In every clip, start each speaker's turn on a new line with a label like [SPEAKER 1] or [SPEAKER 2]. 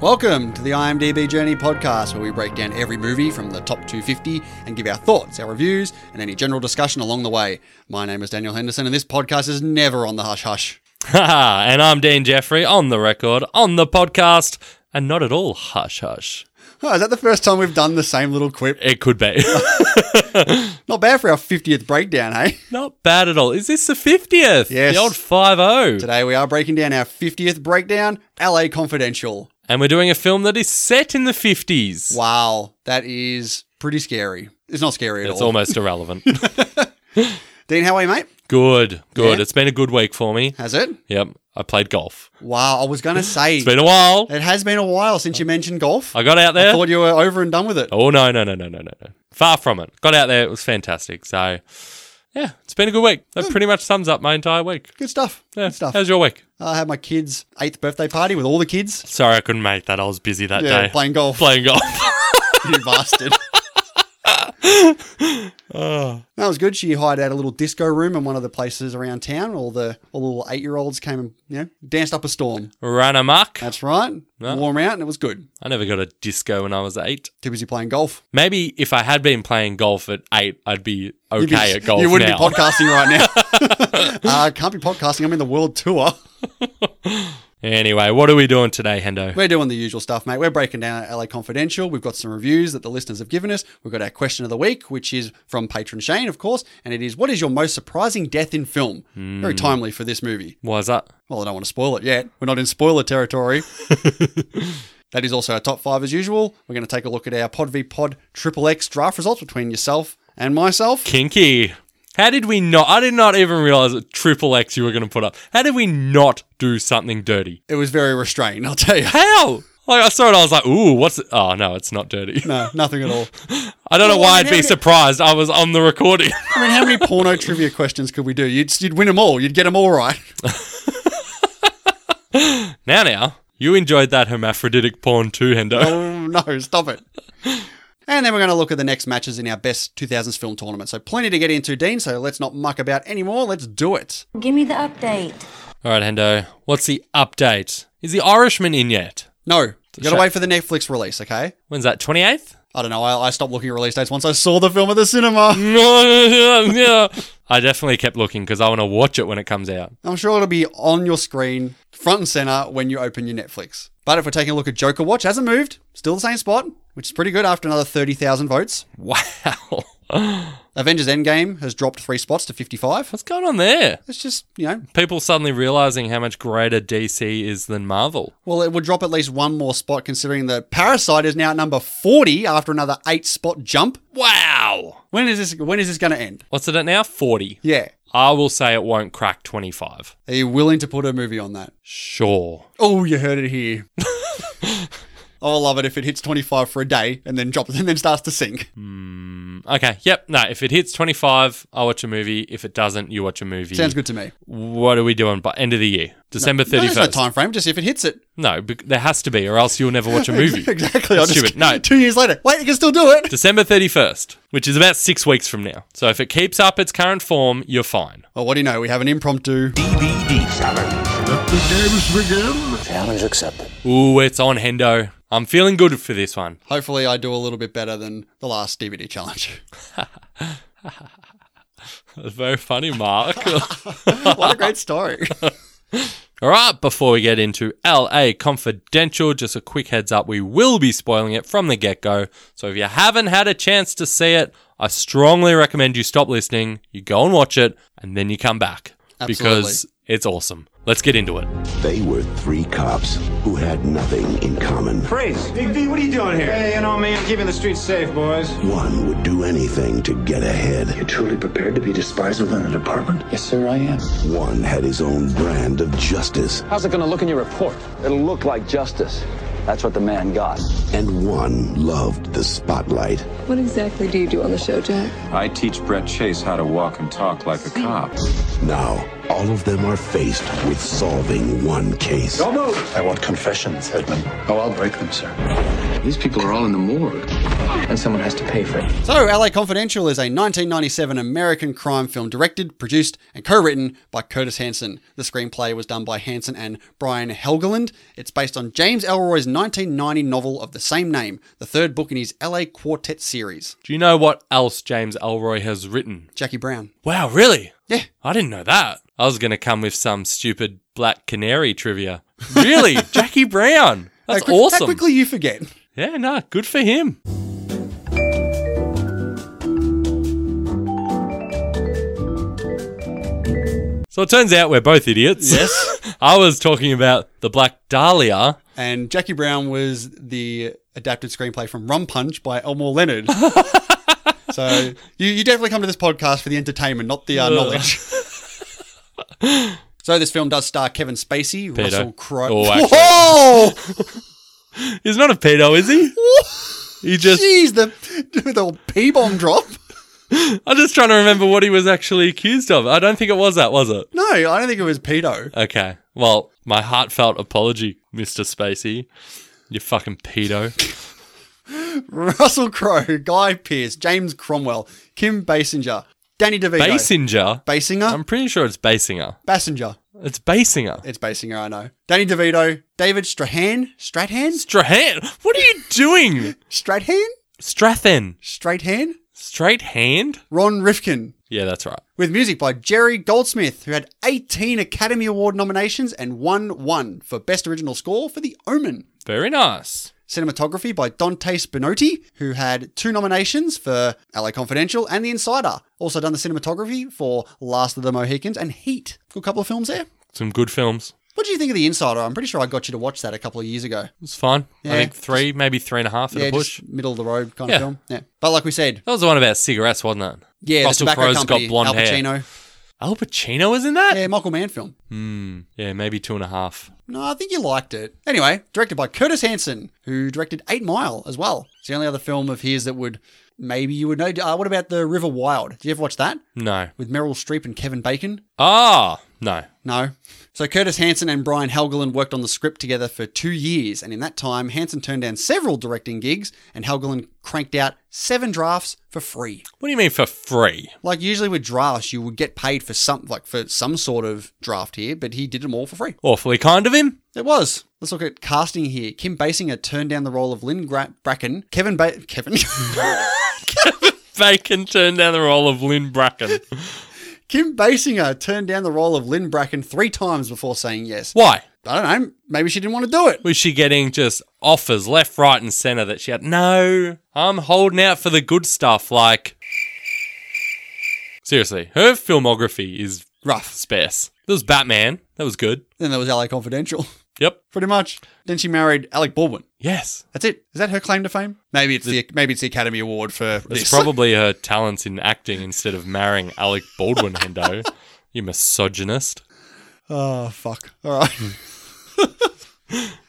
[SPEAKER 1] Welcome to the IMDb Journey podcast, where we break down every movie from the top 250 and give our thoughts, our reviews, and any general discussion along the way. My name is Daniel Henderson, and this podcast is never on the hush hush.
[SPEAKER 2] and I'm Dean Jeffrey on the record, on the podcast, and not at all hush hush.
[SPEAKER 1] Oh, is that the first time we've done the same little quip?
[SPEAKER 2] It could be.
[SPEAKER 1] Not bad for our 50th breakdown, hey?
[SPEAKER 2] not bad at all. Is this the 50th?
[SPEAKER 1] Yes.
[SPEAKER 2] The old 5 0.
[SPEAKER 1] Today we are breaking down our 50th breakdown, LA Confidential.
[SPEAKER 2] And we're doing a film that is set in the 50s.
[SPEAKER 1] Wow, that is pretty scary. It's not scary at
[SPEAKER 2] It's
[SPEAKER 1] all.
[SPEAKER 2] almost irrelevant.
[SPEAKER 1] Dean, how are you, mate?
[SPEAKER 2] good, good.
[SPEAKER 1] Yeah.
[SPEAKER 2] It's been a good week for me.
[SPEAKER 1] Has it?
[SPEAKER 2] Yep. I played golf.
[SPEAKER 1] Wow, I was going to say,
[SPEAKER 2] It's been a while.
[SPEAKER 1] it has been a while since you mentioned golf.
[SPEAKER 2] I got out
[SPEAKER 1] I
[SPEAKER 2] there.
[SPEAKER 1] thought you were over and done with it.
[SPEAKER 2] Oh, no, no, no, no, no, no, no. Far from it. Got out there. It was fantastic. So, yeah, it's been a good week. That pretty much sums up my entire week.
[SPEAKER 1] Good stuff.
[SPEAKER 2] Yeah.
[SPEAKER 1] Hmm. Good stuff.
[SPEAKER 2] How's your week?
[SPEAKER 1] I had my kids' eighth birthday party with all the kids.
[SPEAKER 2] Sorry, I couldn't make that. I was busy that
[SPEAKER 1] Yeah,
[SPEAKER 2] day
[SPEAKER 1] playing golf.
[SPEAKER 2] playing golf.
[SPEAKER 1] you bastard.
[SPEAKER 2] Oh.
[SPEAKER 1] That was good. She hired out a little disco room in one of the places around town. All the all the little eight year olds came and you know danced up a storm.
[SPEAKER 2] Ran amok.
[SPEAKER 1] That's right. Warm out and it was good.
[SPEAKER 2] I never got a disco when I was eight.
[SPEAKER 1] Too busy playing golf.
[SPEAKER 2] Maybe if I had been playing golf at eight, I'd be okay
[SPEAKER 1] You'd be-
[SPEAKER 2] at golf
[SPEAKER 1] you wouldn't
[SPEAKER 2] now.
[SPEAKER 1] be podcasting right now. uh, can't be podcasting. I'm in the world tour.
[SPEAKER 2] anyway, what are we doing today, Hendo?
[SPEAKER 1] We're doing the usual stuff, mate. We're breaking down our LA Confidential. We've got some reviews that the listeners have given us. We've got our question of the week, which is from patron Shane, of course, and it is what is your most surprising death in film? Very timely for this movie.
[SPEAKER 2] Why's that?
[SPEAKER 1] Well, I don't want to spoil it yet. We're not in spoiler territory. that is also our top five as usual. We're going to take a look at our Pod v Pod Triple X draft results between yourself and myself.
[SPEAKER 2] Kinky. How did we not? I did not even realize that triple X you were going to put up. How did we not do something dirty?
[SPEAKER 1] It was very restrained, I'll tell you.
[SPEAKER 2] How? Like I saw it, I was like, "Ooh, what's?" It? Oh no, it's not dirty.
[SPEAKER 1] No, nothing at all.
[SPEAKER 2] I don't know
[SPEAKER 1] Well,
[SPEAKER 2] why
[SPEAKER 1] I mean,
[SPEAKER 2] I'd be
[SPEAKER 1] how do-
[SPEAKER 2] surprised. I was on the recording.
[SPEAKER 1] I mean, how many porno trivia questions could we do? You'd, you'd win them all. You'd get them all right.
[SPEAKER 2] now, now, you enjoyed that hermaphroditic porn too, Hendo.
[SPEAKER 1] Oh no, stop it. And then we're going to look at the next matches in our best 2000s film tournament. So plenty to get into, Dean. So let's not muck about anymore. Let's do it.
[SPEAKER 3] Give me the update.
[SPEAKER 2] All right, Hendo. What's the update? Is the Irishman in yet?
[SPEAKER 1] No, you got to
[SPEAKER 2] shame.
[SPEAKER 1] wait for the Netflix release. Okay.
[SPEAKER 2] When's that? Twenty eighth?
[SPEAKER 1] I don't know. I, I stopped looking at release dates once I saw the film at the cinema.
[SPEAKER 2] I definitely kept looking because I want to watch it when it comes out.
[SPEAKER 1] I'm sure it'll be on your screen, front and center, when you open your Netflix. But if we're taking a look at Joker Watch, hasn't moved. Still the same spot, which is pretty good after another 30,000 votes.
[SPEAKER 2] Wow,
[SPEAKER 1] Avengers Endgame has dropped three spots to 55.
[SPEAKER 2] what's going on there?
[SPEAKER 1] It's just, you know,
[SPEAKER 2] People suddenly realizing how much greater DC is than Marvel.
[SPEAKER 1] Well, it would drop at least one more spot considering that Parasite is now at number 40 after another 8 spot jump.
[SPEAKER 2] Wow.
[SPEAKER 1] When is this when is this going to end?
[SPEAKER 2] What's it at now? Forty.
[SPEAKER 1] Yeah.
[SPEAKER 2] I will say it won't crack twenty five.
[SPEAKER 1] Are you willing to put a movie on that?
[SPEAKER 2] Sure.
[SPEAKER 1] Oh, you heard it here. I'll love it if it hits 25 for a day and then drops and then starts to sink.
[SPEAKER 2] Okay. Yep. No. If it hits twenty five, I watch a movie. If it doesn't, you watch a movie.
[SPEAKER 1] Sounds good to me.
[SPEAKER 2] What are we doing by end of the year? December
[SPEAKER 1] No,
[SPEAKER 2] thirty
[SPEAKER 1] there's
[SPEAKER 2] first.
[SPEAKER 1] no time frame, just if it hits it.
[SPEAKER 2] No, bec- there has to be, or else you'll never watch a movie.
[SPEAKER 1] Exactly.
[SPEAKER 2] That's
[SPEAKER 1] I'll just,
[SPEAKER 2] stupid. No,
[SPEAKER 1] Two years later. Wait, you can still do it.
[SPEAKER 2] December 31st, which is about six weeks from now. So if it keeps up its current form, you're fine.
[SPEAKER 1] Well, Oh, what do you know? We have an impromptu.
[SPEAKER 4] Challenge accepted.
[SPEAKER 2] Ooh, it's on Hendo. I'm feeling good for this one.
[SPEAKER 1] Hopefully, I do a little bit better than the last DVD challenge.
[SPEAKER 2] That's very funny, Mark.
[SPEAKER 1] what a great story.
[SPEAKER 2] All right, before we get into LA Confidential, just a quick heads up we will be spoiling it from the get go. So if you haven't had a chance to see it, I strongly recommend you stop listening, you go and watch it, and then you come back because
[SPEAKER 1] Absolutely.
[SPEAKER 2] it's awesome. Let's get into it.
[SPEAKER 4] They were three cops who had nothing in common.
[SPEAKER 5] Freeze! Big D, what are you doing here? Hey, you know, man, keeping the streets safe, boys.
[SPEAKER 4] One would do anything to get ahead.
[SPEAKER 6] You're truly prepared to be despised within the department? Yes, sir, I am.
[SPEAKER 4] One had his own brand of justice,
[SPEAKER 7] How's it going to look in your report?
[SPEAKER 8] It'll look like justice. That's what the man got.
[SPEAKER 4] and one loved the spotlight.
[SPEAKER 9] What exactly do you do on the show, Jack?
[SPEAKER 5] I teach Brett Chase how to walk and talk like a cop.
[SPEAKER 4] Now, all of them are faced with solving one case.
[SPEAKER 6] I want confessions, Edmund. Oh, I'll break them, sir. These people are all in the morgue.
[SPEAKER 8] And someone has to pay for it.
[SPEAKER 1] So, LA Confidential is a 1997 American crime film directed, produced, and co written by Curtis Hanson. The screenplay was done by Hanson and Brian Helgeland. It's based on James Elroy's 1990 novel of the same name, the third book in his LA Quartet series.
[SPEAKER 2] Do you know what else James Elroy has written?
[SPEAKER 1] Jackie Brown.
[SPEAKER 2] Wow, really?
[SPEAKER 1] Yeah.
[SPEAKER 2] I didn't know that. I was going to come with some stupid Black Canary trivia. Really? Jackie Brown? That's
[SPEAKER 1] How quick- how
[SPEAKER 2] awesome.
[SPEAKER 1] quickly you forget.
[SPEAKER 2] Yeah, nah, good for him. So it turns out we're both idiots. Yes. I was talking about the Black Dahlia.
[SPEAKER 1] And Jackie Brown was the adapted screenplay from Rum Punch by Elmore Leonard. so, you, you definitely come to this podcast for the entertainment, not the uh, knowledge. So this film does star Kevin Spacey, Russell Crowe.
[SPEAKER 2] Oh, actually-
[SPEAKER 1] Whoa!
[SPEAKER 2] He's not a pedo, is he? He just.
[SPEAKER 1] Jeez, the the p bomb drop.
[SPEAKER 2] I'm just trying to remember what he was actually accused of. I don't think it was that, was it?
[SPEAKER 1] No, I don't think it was pedo.
[SPEAKER 2] Okay. Well, my heartfelt apology, Mr. Spacey. You fucking pedo.
[SPEAKER 1] Russell Crowe, Guy Pearce, James Cromwell, Kim Basinger, Danny DeVito,
[SPEAKER 2] Basinger. Um,
[SPEAKER 1] Basinger,
[SPEAKER 2] I'm pretty sure it's Basinger.
[SPEAKER 1] Basinger.
[SPEAKER 2] It's Basinger.
[SPEAKER 1] It's Basinger, I know. Danny DeVito, David Strahan, Strathan,
[SPEAKER 2] Strahan. What are you doing?
[SPEAKER 1] Strathan,
[SPEAKER 2] Strathan.
[SPEAKER 1] Strathan,
[SPEAKER 2] Straight hand?
[SPEAKER 1] Ron Rifkin.
[SPEAKER 2] Yeah, that's right.
[SPEAKER 1] With music by Jerry Goldsmith, who had 18 Academy Award nominations and won one for Best Original Score for The Omen.
[SPEAKER 2] Very nice.
[SPEAKER 1] Cinematography by Dante Spinotti, who had two nominations for LA Confidential and The Insider. Also done the cinematography for Last of the Mohicans and Heat. Good couple of films there.
[SPEAKER 2] Some good films.
[SPEAKER 1] What do you think of The Insider? I'm pretty sure I got you to watch that a couple of years ago.
[SPEAKER 2] It's fine. I
[SPEAKER 1] Yeah.
[SPEAKER 2] think three, maybe three and a half at
[SPEAKER 1] yeah,
[SPEAKER 2] a push.
[SPEAKER 1] just middle of the road kind
[SPEAKER 2] Yeah.
[SPEAKER 1] of film. Yeah. But like we said,
[SPEAKER 2] That was the one about cigarettes, wasn't it?
[SPEAKER 1] yeah,
[SPEAKER 2] Russell
[SPEAKER 1] the tobacco
[SPEAKER 2] Crowe's
[SPEAKER 1] company,
[SPEAKER 2] got blonde
[SPEAKER 1] Al Pacino.
[SPEAKER 2] hair. Al Pacino is in that?
[SPEAKER 1] Yeah, Michael Mann film.
[SPEAKER 2] yeah, maybe two and a half.
[SPEAKER 1] No, I think you liked it. Anyway, directed by Curtis Hanson, who directed Eight Mile as well. It's the only other film of his that would maybe you would know. Uh, what about The River Wild? Did you ever watch that?
[SPEAKER 2] No.
[SPEAKER 1] With Meryl Streep and Kevin Bacon?
[SPEAKER 2] Ah, no.
[SPEAKER 1] No. So Curtis Hanson and Brian Helgeland worked on the script together for two years, and in that time, Hanson turned down several directing gigs, and Helgeland cranked out seven drafts for free.
[SPEAKER 2] What do you mean for free?
[SPEAKER 1] Like usually with drafts, you would get paid for some like for some sort of draft here, but he did them all for free.
[SPEAKER 2] Awfully kind of him.
[SPEAKER 1] It was. Let's look at casting here. Kim Basinger turned down the role of Lynn Gra- Bracken. Kevin ba- Kevin
[SPEAKER 2] Bacon turned down the role of Lynn Bracken.
[SPEAKER 1] Kim Basinger turned down the role of Lynn Bracken three times before saying yes.
[SPEAKER 2] Why?
[SPEAKER 1] I don't know. Maybe she didn't want to do it.
[SPEAKER 2] Was she getting just offers left, right, and center that she had? No, I'm holding out for the good stuff. Like, seriously, her filmography is
[SPEAKER 1] Rough.
[SPEAKER 2] sparse. There was Batman. That was good.
[SPEAKER 1] Then there was LA Confidential.
[SPEAKER 2] Yep.
[SPEAKER 1] Pretty much. Then she married Alec Baldwin.
[SPEAKER 2] Yes.
[SPEAKER 1] That's it. Is that her claim to fame? Maybe it's the maybe it's the Academy Award for
[SPEAKER 2] It's
[SPEAKER 1] this.
[SPEAKER 2] probably her talents in acting instead of marrying Alec Baldwin, Hendo. You misogynist.
[SPEAKER 1] oh fuck. All right.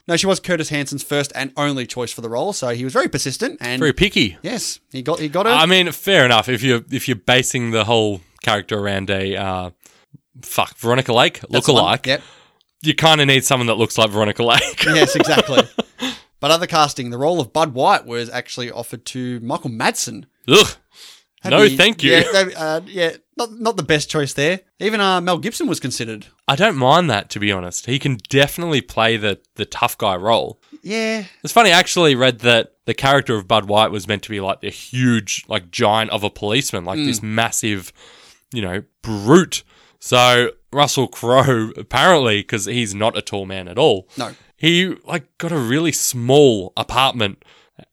[SPEAKER 1] no, she was Curtis Hansen's first and only choice for the role, so he was very persistent and
[SPEAKER 2] Very picky.
[SPEAKER 1] yes, he got he got her.
[SPEAKER 2] I mean, fair enough. If you're if you're basing the whole character around a uh, fuck Veronica Lake
[SPEAKER 1] That's the one.
[SPEAKER 2] lookalike,
[SPEAKER 1] Yep.
[SPEAKER 2] you kind of need someone that looks like Veronica Lake.
[SPEAKER 1] Yes, exactly. but other casting, the role of Bud White was actually offered to Michael Madsen.
[SPEAKER 2] Ugh.
[SPEAKER 1] Had
[SPEAKER 2] No,
[SPEAKER 1] we-
[SPEAKER 2] thank you.
[SPEAKER 1] Yeah, they- uh, yeah, not, not the best choice there. Even uh, Mel Gibson was considered.
[SPEAKER 2] I don't mind that, to be honest. He can definitely play the, the tough guy role.
[SPEAKER 1] Yeah,
[SPEAKER 2] It's funny, I actually read that the character of Bud White was meant to be like the huge, like giant of a policeman, like this massive, you know, brute. So Russell Crowe, apparently, because he's not a tall man at all.
[SPEAKER 1] No.
[SPEAKER 2] He like got a really small apartment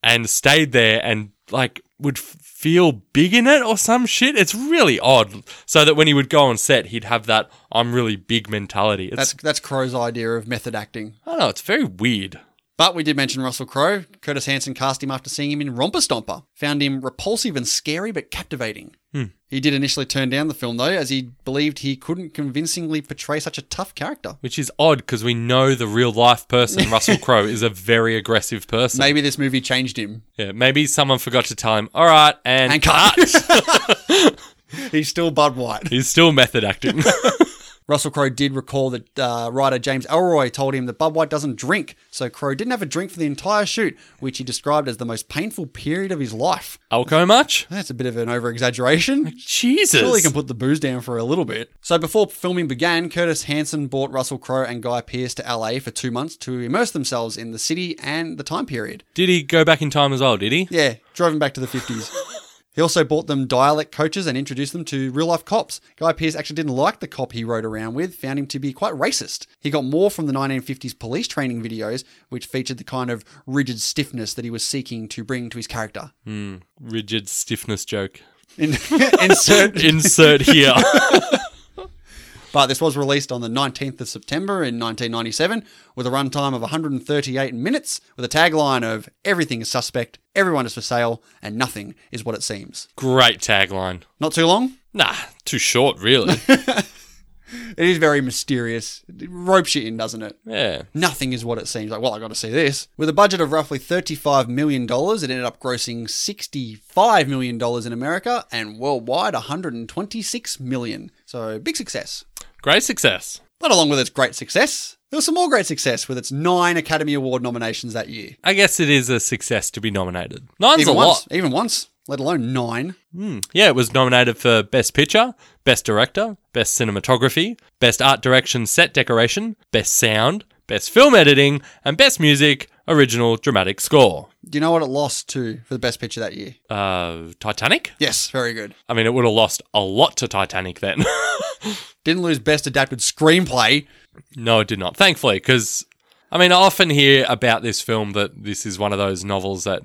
[SPEAKER 2] and stayed there and like would f- feel big in it or some shit. It's really odd. So that when he would go on set, he'd have that I'm really big mentality. It's
[SPEAKER 1] that's that's Crow's idea of method acting.
[SPEAKER 2] I don't know, it's very weird.
[SPEAKER 1] But we did mention Russell Crowe. Curtis Hanson cast him after seeing him in Romper Stomper. Found him repulsive and scary, but captivating.
[SPEAKER 2] Hmm.
[SPEAKER 1] He did initially turn down the film, though, as he believed he couldn't convincingly portray such a tough character.
[SPEAKER 2] Which is odd because we know the real life person, Russell Crowe, is a very aggressive person.
[SPEAKER 1] Maybe this movie changed him.
[SPEAKER 2] Yeah, maybe someone forgot to tell him, all right, and,
[SPEAKER 1] And
[SPEAKER 2] cut.
[SPEAKER 1] He's still Bud White.
[SPEAKER 2] He's still method acting.
[SPEAKER 1] Russell Crowe did recall that uh, writer James Elroy told him that Bob White doesn't drink, so Crowe didn't have a drink for the entire shoot, which he described as the most painful period of his life.
[SPEAKER 2] Alco much?
[SPEAKER 1] That's a bit of an over exaggeration.
[SPEAKER 2] Jesus.
[SPEAKER 1] Surely can put the booze down for a little bit. So before filming began, Curtis Hanson brought Russell Crowe and Guy Pearce to LA for two months to immerse themselves in the city and the time period.
[SPEAKER 2] Did he go back in time as well? Did he?
[SPEAKER 1] Yeah, drove them back to the 50s. he also bought them dialect coaches and introduced them to real life cops. Guy Pearce actually didn't like the cop he rode around with, found him to be quite racist. He got more from the 1950s police training videos, which featured the kind of rigid stiffness that he was seeking to bring to his character.
[SPEAKER 2] Rigid stiffness joke.
[SPEAKER 1] In- insert
[SPEAKER 2] Insert here.
[SPEAKER 1] but this was released on the 19th of September in 1997 with a runtime of 138 minutes with a tagline of everything is suspect, everyone is for sale, and nothing is what it seems.
[SPEAKER 2] Great tagline.
[SPEAKER 1] Not too long.
[SPEAKER 2] Nah, too short, really.
[SPEAKER 1] It is very mysterious. It ropes you in, doesn't it?
[SPEAKER 2] Yeah.
[SPEAKER 1] Nothing is what it seems. Like, well, I got to see this. With a budget of roughly $35 million, it ended up grossing $65 million in America and worldwide $126 million. So, big success.
[SPEAKER 2] Great success.
[SPEAKER 1] But along with its great success, there was some more great success with its nine Academy Award nominations that year.
[SPEAKER 2] I guess it is a success to be nominated. Nine's
[SPEAKER 1] Even
[SPEAKER 2] a
[SPEAKER 1] once.
[SPEAKER 2] lot.
[SPEAKER 1] Even once, let alone nine.
[SPEAKER 2] Yeah, it was nominated for Best Picture, Best Director, Best Cinematography, Best Art Direction Set Decoration, Best Sound, Best Film Editing, and Best Music Original Dramatic Score.
[SPEAKER 1] Do you know what it lost to for the best picture that year?
[SPEAKER 2] Uh, Titanic?
[SPEAKER 1] Yes, very good.
[SPEAKER 2] I mean, it would have lost a lot to Titanic then.
[SPEAKER 1] Didn't lose best adapted screenplay.
[SPEAKER 2] no, it did not. Thankfully, because I mean, I often hear about this film that this is one of those novels that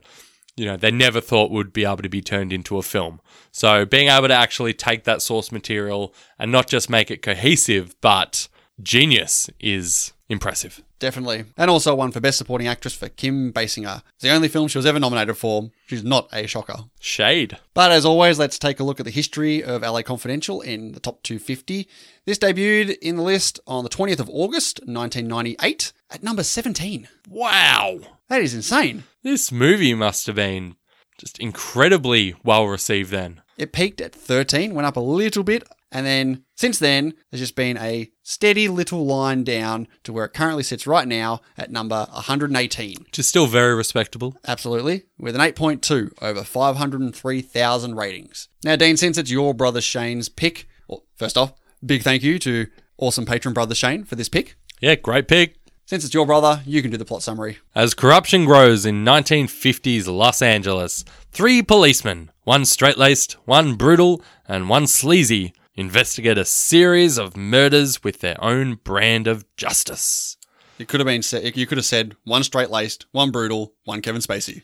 [SPEAKER 2] you know they never thought would be able to be turned into a film. So being able to actually take that source material and not just make it cohesive, but genius is impressive.
[SPEAKER 1] Definitely. And also one for Best Supporting Actress for Kim Basinger. It's the only film she was ever nominated for. She's not a shocker.
[SPEAKER 2] Shade.
[SPEAKER 1] But as always, let's take a look at the history of LA Confidential in the top 250. This debuted in the list on the 20th of August, 1998, at number 17.
[SPEAKER 2] Wow.
[SPEAKER 1] That is insane.
[SPEAKER 2] This movie must have been just incredibly well received then.
[SPEAKER 1] It peaked at 13, went up a little bit, and then since then, there's just been a steady little line down to where it currently sits right now at number 118.
[SPEAKER 2] Which is still very respectable.
[SPEAKER 1] Absolutely, with an 8.2 over 503,000 ratings. Now, Dean, since it's your brother Shane's pick, well, first off, big thank you to awesome patron brother Shane for this pick.
[SPEAKER 2] Yeah, great pick.
[SPEAKER 1] Since it's your brother, you can do the plot summary.
[SPEAKER 2] As corruption grows in 1950s Los Angeles, three policemen, one straight laced, one brutal, and one sleazy, investigate a series of murders with their own brand of justice.
[SPEAKER 1] It could have been said, you could have said one straight laced, one brutal, one Kevin Spacey.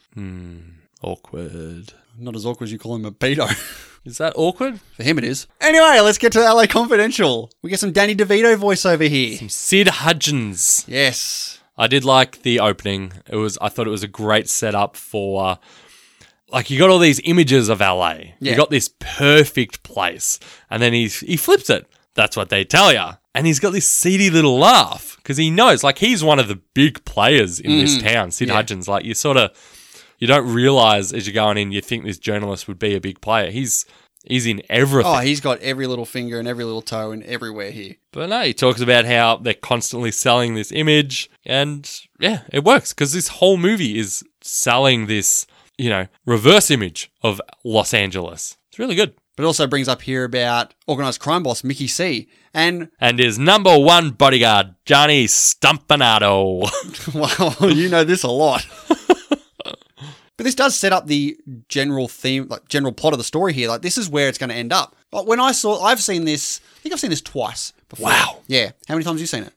[SPEAKER 2] Awkward.
[SPEAKER 1] Not as awkward as you call him a pedo.
[SPEAKER 2] Is that awkward?
[SPEAKER 1] For him, it is. Anyway, let's get to LA Confidential. We get some Danny DeVito voiceover here.
[SPEAKER 2] Sid Hudgens.
[SPEAKER 1] Yes.
[SPEAKER 2] I did like the opening. It was I thought it was a great setup for like you got all these images of LA.
[SPEAKER 1] Yeah.
[SPEAKER 2] You got this perfect place. And then he he flips it. That's what they tell you. And he's got this seedy little laugh because he knows like he's one of the big players in this town, Sid Hudgens. Like you sort of you don't realize as you're going in you think this journalist would be a big player. He's he's in everything.
[SPEAKER 1] Oh, he's got every little finger and every little toe and everywhere here.
[SPEAKER 2] But no, he talks about how they're constantly selling this image, and yeah, it works because this whole movie is selling this, you know, reverse image of Los Angeles. It's really good.
[SPEAKER 1] But it also brings up here about organized crime boss Mickey C. And
[SPEAKER 2] And his number one bodyguard, Johnny Stumpanato.
[SPEAKER 1] wow, you know this a lot. but this does set up the general theme, like general plot of the story here. Like this is where it's going to end up. But when I saw, I've seen this. I think I've seen this twice before.
[SPEAKER 2] Wow.
[SPEAKER 1] Yeah. How many times have you seen it?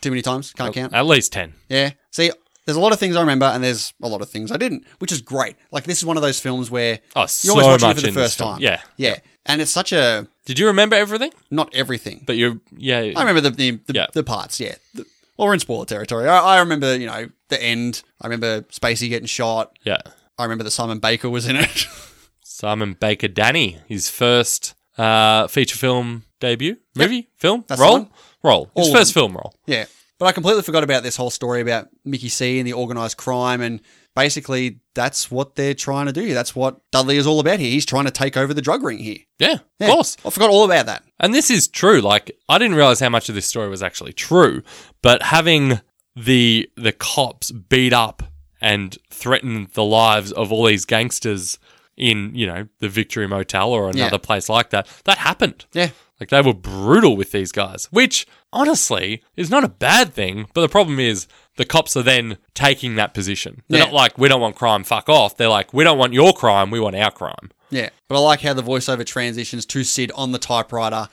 [SPEAKER 1] Too many times. Can't count.
[SPEAKER 2] At least 10.
[SPEAKER 1] Yeah. See, there's a lot of things I remember, and there's a lot of things I didn't, which is great. Like this is one of those films where
[SPEAKER 2] Oh,
[SPEAKER 1] you're always
[SPEAKER 2] so
[SPEAKER 1] watching
[SPEAKER 2] much
[SPEAKER 1] it for the
[SPEAKER 2] in this
[SPEAKER 1] first
[SPEAKER 2] film.
[SPEAKER 1] time.
[SPEAKER 2] Yeah.
[SPEAKER 1] yeah, and it's such a
[SPEAKER 2] Did you remember everything?
[SPEAKER 1] not everything.
[SPEAKER 2] But you, yeah.
[SPEAKER 1] I remember the the, the,
[SPEAKER 2] Yeah.
[SPEAKER 1] the parts. Yeah. The, well, we're in spoiler territory. I, I remember, you know, the end. I remember Spacey getting shot.
[SPEAKER 2] Yeah.
[SPEAKER 1] I remember that Simon Baker was in it.
[SPEAKER 2] Simon Baker Danny, his first uh, feature film debut, movie, film,
[SPEAKER 1] That's the
[SPEAKER 2] role,
[SPEAKER 1] one.
[SPEAKER 2] role. His
[SPEAKER 1] All of
[SPEAKER 2] first film role.
[SPEAKER 1] yeah. But I completely forgot about this whole story about Mickey C and the organized crime and basically that's what they're trying to do. here. That's what Dudley is all about here. He's trying to take over the drug ring here.
[SPEAKER 2] Yeah,
[SPEAKER 1] Yeah,
[SPEAKER 2] of course.
[SPEAKER 1] I forgot all about that.
[SPEAKER 2] And this is true. Like I didn't realize how much of this story was actually true, but having the the cops beat up and threaten the lives of all these gangsters in, you know, the Victory Motel or another
[SPEAKER 1] Yeah.
[SPEAKER 2] place like that, that happened.
[SPEAKER 1] Yeah.
[SPEAKER 2] Like they were brutal with these guys, which honestly is not a bad thing, but the problem is the cops are then taking that position. They're
[SPEAKER 1] Yeah.
[SPEAKER 2] not like we don't want crime, fuck off. They're like we don't want your crime, we want our crime.
[SPEAKER 1] Yeah, but I like how the voiceover transitions to Sid on the typewriter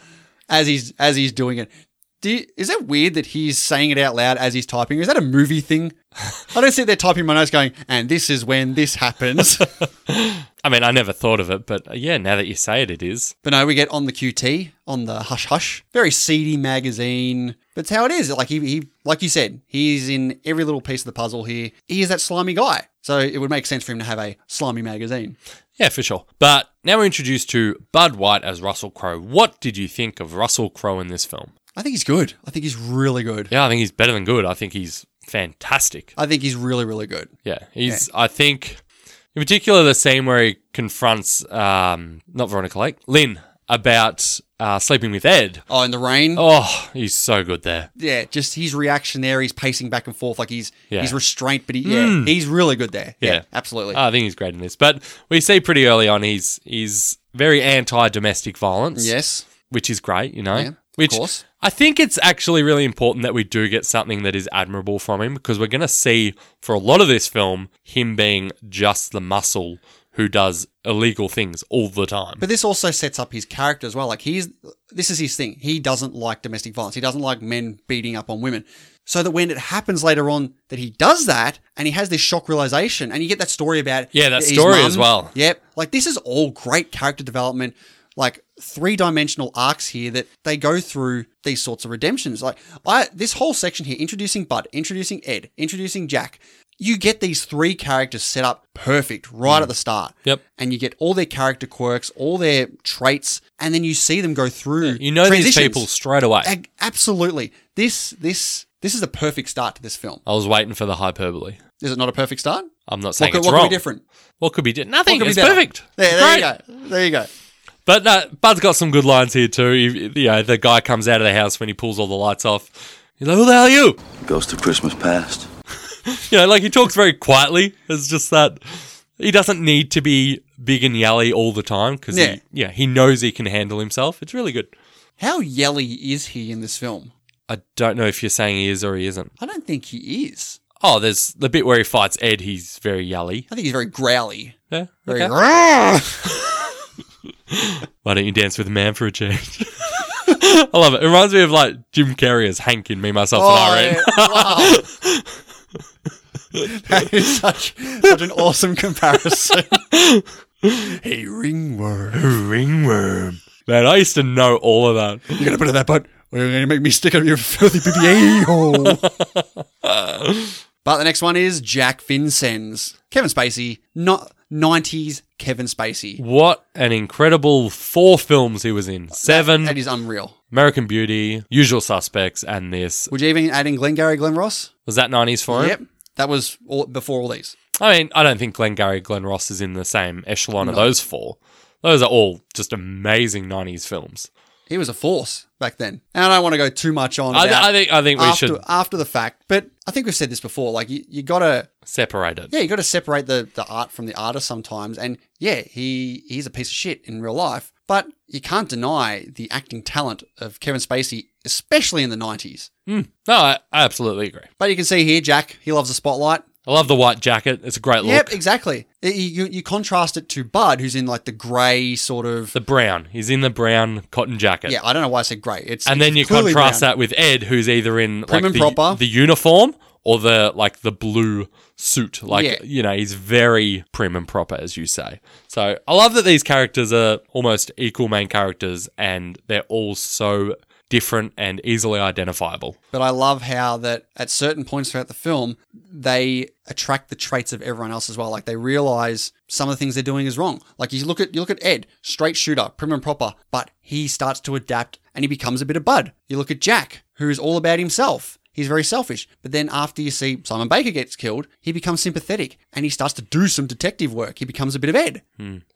[SPEAKER 1] as he's as he's doing it. Do you, is that weird that he's saying it out loud as he's typing? Is that a movie thing? I don't sit there typing my notes going, and this is when this happens.
[SPEAKER 2] I mean, I never thought of it, but uh, yeah, now that you say it, it is.
[SPEAKER 1] but no, we get on the QT, on the Hush Hush. Very seedy magazine. That's how it is. Like he, he like you said, he's in every little piece of the puzzle here. He is that slimy guy. So it would make sense for him to have a slimy magazine.
[SPEAKER 2] Yeah, for sure. But now we're introduced to Bud White as Russell Crowe. What did you think of Russell Crowe in this film?
[SPEAKER 1] I think he's good. I think he's really good.
[SPEAKER 2] Yeah, I think he's better than good. I think he's fantastic.
[SPEAKER 1] I think he's really, really good.
[SPEAKER 2] Yeah, he's. I think, in particular, the scene where he confronts um, not Veronica Lake, Lynn about uh, sleeping with Ed.
[SPEAKER 1] Oh, in the rain.
[SPEAKER 2] Oh, he's so good there.
[SPEAKER 1] yeah, just his reaction there. He's pacing back and forth like he's
[SPEAKER 2] Yeah. Hmm.
[SPEAKER 1] he's restraint, but he, yeah, he's really good there. Yeah,
[SPEAKER 2] Yeah. Uh,
[SPEAKER 1] absolutely.
[SPEAKER 2] I think he's great in this. But we see pretty early on he's he's very anti domestic violence.
[SPEAKER 1] yes,
[SPEAKER 2] which is great, you know.
[SPEAKER 1] Yeah, of
[SPEAKER 2] which
[SPEAKER 1] course.
[SPEAKER 2] I think it's actually really important that we do get something that is admirable from him because we're going to see for a lot of this film him being just the muscle who does illegal things all the time.
[SPEAKER 1] but this also sets up his character as well. Like he's this is his thing. He doesn't like domestic violence. He doesn't like men beating up on women. So that when it happens later on that he does that and he has this shock realization and you get that story about
[SPEAKER 2] Yeah, that
[SPEAKER 1] his
[SPEAKER 2] story
[SPEAKER 1] mum.
[SPEAKER 2] as well.
[SPEAKER 1] Yep. Like this is all great character development, like three dimensional arcs here that they go through these sorts of redemptions. Like I this whole section here, introducing Bud, introducing Ed, introducing Jack. You get these three characters set up perfect right at the start.
[SPEAKER 2] Yep.
[SPEAKER 1] And you get all their character quirks, all their traits, and then you see them go through.
[SPEAKER 2] you know these
[SPEAKER 1] transitions.
[SPEAKER 2] people straight away. I-,
[SPEAKER 1] Ag- Absolutely. This this this is the perfect start to this film.
[SPEAKER 2] was waiting for the hyperbole.
[SPEAKER 1] Is it not a perfect start?
[SPEAKER 2] I'm not
[SPEAKER 1] What
[SPEAKER 2] saying
[SPEAKER 1] could,
[SPEAKER 2] it's
[SPEAKER 1] what
[SPEAKER 2] wrong.
[SPEAKER 1] could be different?
[SPEAKER 2] What could be di-
[SPEAKER 1] What
[SPEAKER 2] Nothing.
[SPEAKER 1] could be
[SPEAKER 2] it's
[SPEAKER 1] better?
[SPEAKER 2] perfect.
[SPEAKER 1] There, there
[SPEAKER 2] Great.
[SPEAKER 1] you go. There you go.
[SPEAKER 2] But uh, Bud's got some good lines here too. He, you know, the guy comes out of the house when he pulls all the lights off. He's like, "Who the hell are you?"
[SPEAKER 4] Ghost of Christmas Past.
[SPEAKER 2] you know, like he talks very quietly. It's just that he doesn't need to be big and yelly all the time because
[SPEAKER 1] Yeah.
[SPEAKER 2] yeah. yeah, he knows he can handle himself. It's really good.
[SPEAKER 1] How yelly is he in this film?
[SPEAKER 2] I don't know if you're saying he is or he isn't.
[SPEAKER 1] I don't think he is.
[SPEAKER 2] Oh, there's the bit where he fights Ed. He's very yelly.
[SPEAKER 1] I think he's very growly.
[SPEAKER 2] Yeah.
[SPEAKER 1] Very
[SPEAKER 2] okay.
[SPEAKER 1] "Rah!"
[SPEAKER 2] Why don't you dance with a man for a change? I love it. It reminds me of like Jim Carrey as Hank in Me, Myself,
[SPEAKER 1] Oh,
[SPEAKER 2] and Irene.
[SPEAKER 1] yeah. Wow. that is such, such an awesome comparison. hey, ringworm.
[SPEAKER 2] Ringworm. Man, I used to know all of that.
[SPEAKER 1] You're going to put it that butt. Or you're going to make me stick out of your filthy BBA hole. but the next one is Jack Vincennes. Kevin Spacey. Not 90s Kevin Spacey.
[SPEAKER 2] What an incredible four films he was in. Seven.
[SPEAKER 1] That is unreal.
[SPEAKER 2] American Beauty, Usual Suspects, and this.
[SPEAKER 1] Would you even add in Glengarry Glen Ross?
[SPEAKER 2] Was that 90s for him?
[SPEAKER 1] Yep. That was all, before all these.
[SPEAKER 2] I mean, I don't think Glengarry Glen Ross is in the same echelon of those four. Those are all just amazing 90s films.
[SPEAKER 1] He was a force back then. And I don't want to go too much on
[SPEAKER 2] I, th-
[SPEAKER 1] about
[SPEAKER 2] I think I think we
[SPEAKER 1] after,
[SPEAKER 2] should
[SPEAKER 1] after the fact, but I think we've said this before. Like you, you gotta
[SPEAKER 2] separate it.
[SPEAKER 1] yeah, you gotta separate the, the art from the artist sometimes. And yeah, he he's a piece of shit in real life. But you can't deny the acting talent of Kevin Spacey, especially in the nineties.
[SPEAKER 2] No, I, I absolutely agree.
[SPEAKER 1] But you can see here, Jack, he loves the spotlight.
[SPEAKER 2] I love the white jacket. It's a great look.
[SPEAKER 1] Yep, exactly. You, you, you contrast it to Bud, who's in like the grey sort of
[SPEAKER 2] The brown. He's in the brown cotton jacket.
[SPEAKER 1] Yeah, I don't know why I said grey. It's
[SPEAKER 2] And then you contrast that with Ed, who's either in
[SPEAKER 1] Prim
[SPEAKER 2] like,
[SPEAKER 1] and
[SPEAKER 2] the,
[SPEAKER 1] proper.
[SPEAKER 2] the uniform or the like the blue suit. Like
[SPEAKER 1] Yeah.
[SPEAKER 2] you know, he's very prim and proper, as you say. So I love that these characters are almost equal main characters, and they're all so different and easily identifiable.
[SPEAKER 1] But I love how that at certain points throughout the film, they attract the traits of everyone else as well. Like they realize some of the things they're doing is wrong. Like you look at you look at Ed, straight shooter, prim and proper, but he starts to adapt and he becomes a bit of Bud. You look at Jack, who's all about himself. He's very selfish. But then after you see Simon Baker gets killed, he becomes sympathetic and he starts to do some detective work. He becomes a bit of Ed.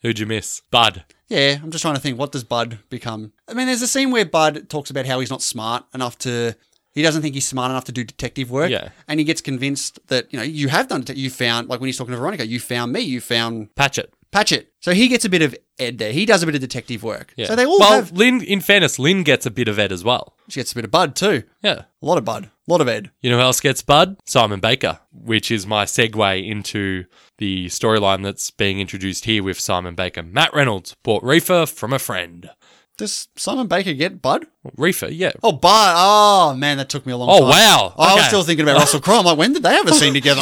[SPEAKER 2] Who'd you miss? Bud.
[SPEAKER 1] Yeah, I'm just trying to think. What does Bud become? I mean, there's a scene where Bud talks about how he's not smart enough to. He doesn't think he's smart enough to do detective work.
[SPEAKER 2] Yeah.
[SPEAKER 1] And he gets convinced that you know you have done. det- You found like when he's talking to Veronica, you found me. You found
[SPEAKER 2] Patchett.
[SPEAKER 1] Patchett. So he gets a bit of Ed there. He does a bit of detective work.
[SPEAKER 2] Yeah.
[SPEAKER 1] So they all
[SPEAKER 2] well,
[SPEAKER 1] have.
[SPEAKER 2] Lynn, in fairness, Lynn gets a bit of Ed as well.
[SPEAKER 1] She gets a bit of Bud too.
[SPEAKER 2] Yeah.
[SPEAKER 1] A lot of Bud. A lot of Ed.
[SPEAKER 2] You know who else gets Bud? Simon Baker, which is my segue into the storyline that's being introduced here with Simon Baker. Matt Reynolds bought Reefer from a friend.
[SPEAKER 1] Does Simon Baker get Bud?
[SPEAKER 2] Reefer, yeah.
[SPEAKER 1] Oh, Bud. Oh man, that took me a long
[SPEAKER 2] Oh,
[SPEAKER 1] time.
[SPEAKER 2] wow.
[SPEAKER 1] I was
[SPEAKER 2] Okay.
[SPEAKER 1] still thinking about Russell Crowe. I'm like, when did they have a scene together?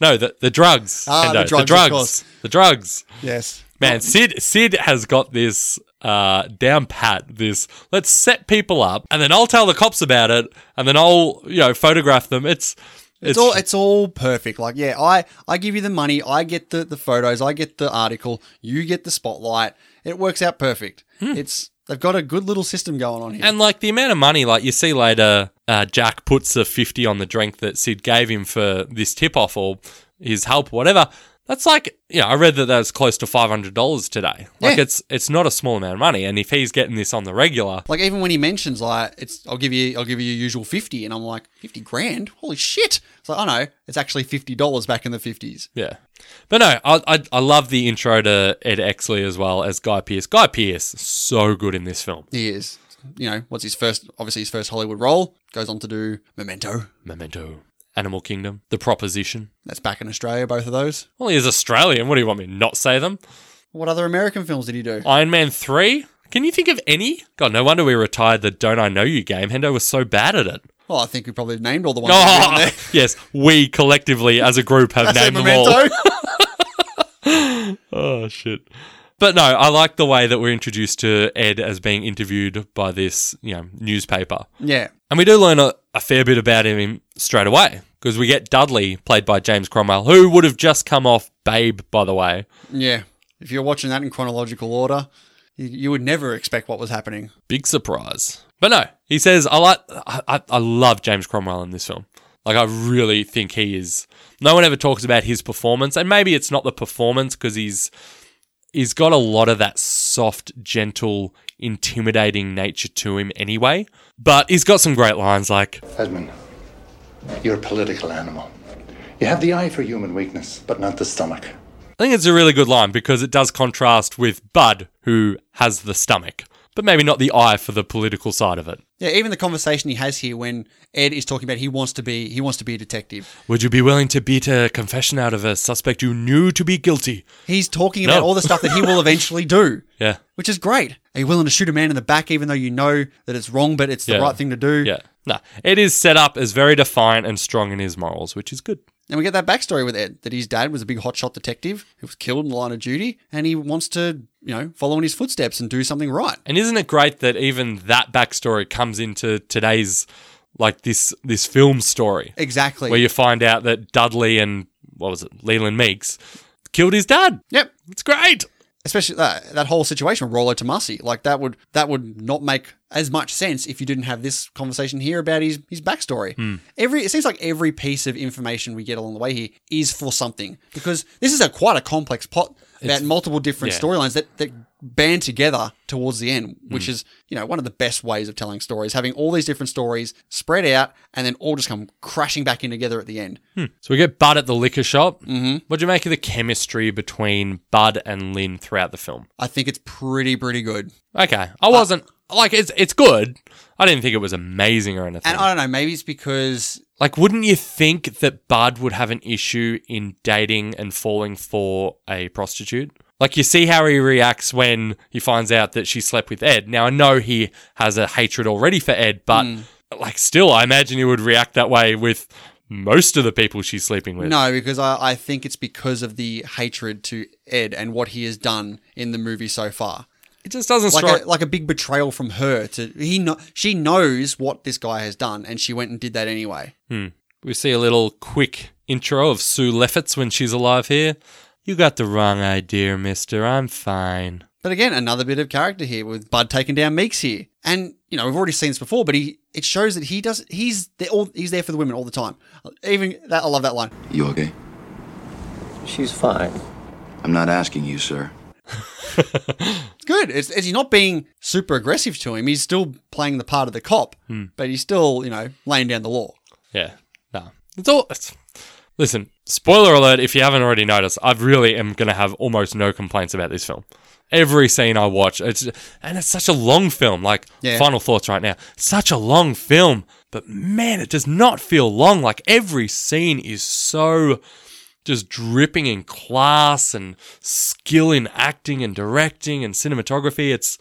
[SPEAKER 2] No, the, the drugs.
[SPEAKER 1] Ah, the
[SPEAKER 2] Hendo.
[SPEAKER 1] drugs,
[SPEAKER 2] The
[SPEAKER 1] of
[SPEAKER 2] drugs.
[SPEAKER 1] course.
[SPEAKER 2] The drugs.
[SPEAKER 1] yes.
[SPEAKER 2] Man, Sid Sid has got this uh, down pat. This let's set people up, and then I'll tell the cops about it, and then I'll you know photograph them. It's it's,
[SPEAKER 1] It's all it's all perfect. Like, yeah, I I give you the money, I get the the photos, I get the article, you get the spotlight. It works out perfect. It's they've got a good little system going on here.
[SPEAKER 2] Hmm. and like the amount of money. Like you see later, uh, Jack puts a fifty on the drink that Sid gave him for this tip off or his help, whatever. That's like you know I read that that was close to five hundred dollars today. Like
[SPEAKER 1] Yeah.
[SPEAKER 2] it's it's not a small amount of money, and if he's getting this on the regular,
[SPEAKER 1] like even when he mentions like it's I'll give you I'll give you your usual 50 and I'm like 50 grand? Holy shit. It's like, I know, it's actually $50 back in the 50s.
[SPEAKER 2] Yeah. But no, I, I I love the intro to Ed Exley as well as Guy Pearce. Guy Pearce, so good in this film.
[SPEAKER 1] He is. You know, what's his first obviously his first Hollywood role goes on to do Memento.
[SPEAKER 2] Memento, Animal Kingdom, The Proposition.
[SPEAKER 1] That's back in Australia both of those.
[SPEAKER 2] Well, he is Australian. What do you want me to not say them?
[SPEAKER 1] What other American films did he do?
[SPEAKER 2] Iron Man 3? Can you think of any? God, no wonder we retired the Don't I Know You game. Hendo was so bad at it.
[SPEAKER 1] Well, I think we probably named all the ones. that were in
[SPEAKER 2] Oh,
[SPEAKER 1] there.
[SPEAKER 2] yes, we collectively as a group have
[SPEAKER 1] That's it,
[SPEAKER 2] named them all.
[SPEAKER 1] Memento.
[SPEAKER 2] Oh shit. But no, I like the way that we're introduced to Ed as being interviewed by this, you know, newspaper.
[SPEAKER 1] Yeah.
[SPEAKER 2] And we do learn a, a fair bit about him straight away because we get Dudley, played by James Cromwell, who would have just come off Babe, by the way.
[SPEAKER 1] Yeah. If you're watching that in chronological order, you, you would never expect what was happening.
[SPEAKER 2] Big surprise. But no, he says, I like, I, I- I love James Cromwell in this film. Like, I really think he is. No one ever talks about his performance, and maybe it's not the performance because he's he's got a lot of that soft, gentle, intimidating nature to him anyway. But he's got some great lines like,
[SPEAKER 6] Edmund, you're a political animal. You have the eye for human weakness, but not the stomach.
[SPEAKER 2] I think it's a really good line because it does contrast with Bud, who has the stomach, but maybe not the eye for the political side of it.
[SPEAKER 1] Yeah, even the conversation he has here when Ed is talking about he wants to be he wants to be a detective.
[SPEAKER 2] Would you be willing to beat a confession out of a suspect you knew to be guilty?
[SPEAKER 1] He's talking about
[SPEAKER 2] No.
[SPEAKER 1] all the stuff that he will eventually do.
[SPEAKER 2] Yeah.
[SPEAKER 1] Which is great. Are you willing to shoot a man in the back even though you know that it's wrong but it's the
[SPEAKER 2] Yeah.
[SPEAKER 1] right thing to do?
[SPEAKER 2] Yeah. Nah. It is set up as very defiant and strong in his morals, which is good.
[SPEAKER 1] And we get that backstory with Ed that his dad was a big hotshot detective who was killed in the line of duty and he wants to, you know, follow in his footsteps and do something right.
[SPEAKER 2] And isn't it great that even that backstory comes into today's like this this film story?
[SPEAKER 1] Exactly.
[SPEAKER 2] Where you find out that Dudley and what was it, Leland Meeks killed his dad.
[SPEAKER 1] yep.
[SPEAKER 2] It's great.
[SPEAKER 1] especially that that whole situation with Rollo Tomasi. Like that would that would not make as much sense if you didn't have this conversation here about his his backstory. Every it seems like every piece of information we get along the way here is for something because this is a quite a complex plot about multiple different
[SPEAKER 2] yeah.
[SPEAKER 1] storylines that that band together towards the end, which is you know one of the best ways of telling stories, having all these different stories spread out and then all just come crashing back in together at the end.
[SPEAKER 2] So we get Bud at the liquor shop. Mm-hmm. What do you make of the chemistry between Bud and Lynn throughout the film?
[SPEAKER 1] I think it's pretty pretty good.
[SPEAKER 2] Okay, I wasn't like it's it's good. I didn't think it was amazing or anything.
[SPEAKER 1] And I don't know, maybe it's because
[SPEAKER 2] like, wouldn't you think that Bud would have an issue in dating and falling for a prostitute? Like, you see how he reacts when he finds out that she slept with Ed. Now I know he has a hatred already for Ed, but
[SPEAKER 1] Hmm.
[SPEAKER 2] like, still, I imagine he would react that way with most of the people she's sleeping with.
[SPEAKER 1] No, because I, I think it's because of the hatred to Ed and what he has done in the movie so far.
[SPEAKER 2] it just doesn't
[SPEAKER 1] Like
[SPEAKER 2] strike.
[SPEAKER 1] a, like a big betrayal from her to he kno- she knows what this guy has done and she went and did that anyway.
[SPEAKER 2] We see a little quick intro of Sue Leffitz when she's alive here. You got the wrong idea, mister. I'm fine.
[SPEAKER 1] But again, another bit of character here with Bud taking down Meeks here. And you know, we've already seen this before, but he it shows that he does. He's there all. He's there for the women all the time. Even that, I love that line.
[SPEAKER 3] You okay?
[SPEAKER 8] She's fine.
[SPEAKER 3] I'm not asking you, sir.
[SPEAKER 1] It's good. It's, it's he's not being super aggressive to him. He's still playing the part of the cop, but he's still you know laying down the law.
[SPEAKER 2] Yeah. No. It's all. It's, listen, spoiler alert if you haven't already noticed, I really am going to have almost no complaints about this film. Every scene I watch, it's and it's such a long film. Like
[SPEAKER 1] Yeah.
[SPEAKER 2] final thoughts right now, such a long film, but man, it does not feel long. Like every scene is so just dripping in class and skill in acting and directing and cinematography. It's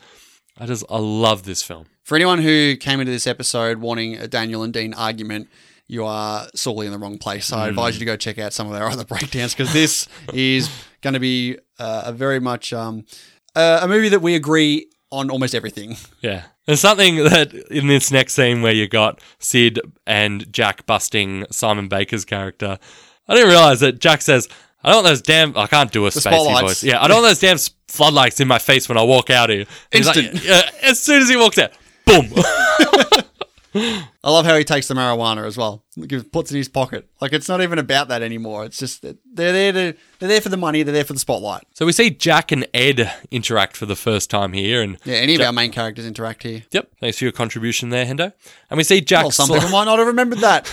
[SPEAKER 2] I just I love this film.
[SPEAKER 1] For anyone who came into this episode wanting a Daniel and Dean argument, you are sorely in the wrong place. So I advise you to go check out some of their other breakdowns because this is going to be uh, a very much um, uh, a movie that we agree on almost everything.
[SPEAKER 2] Yeah. There's something that in this next scene where you got Sid and Jack busting Simon Baker's character. I didn't realize that Jack says, I don't want those damn, I can't do a spacey
[SPEAKER 1] spotlights.
[SPEAKER 2] voice. Yeah, I don't want those damn s- floodlights in my face when I walk out here. He's like,
[SPEAKER 1] Instant.
[SPEAKER 2] "Yeah," as soon as he walks out, boom.
[SPEAKER 1] I love how he takes the marijuana as well. Like, he puts it in his pocket. Like it's not even about that anymore. It's just that they're there to they're there for the money. They're there for the spotlight.
[SPEAKER 2] so we see Jack and Ed interact for the first time here. And
[SPEAKER 1] Yeah, any of our main characters interact here.
[SPEAKER 2] yep, thanks for your contribution there, Hendo. And we see Jack
[SPEAKER 1] Well, some
[SPEAKER 2] sli-
[SPEAKER 1] people might not have remembered that.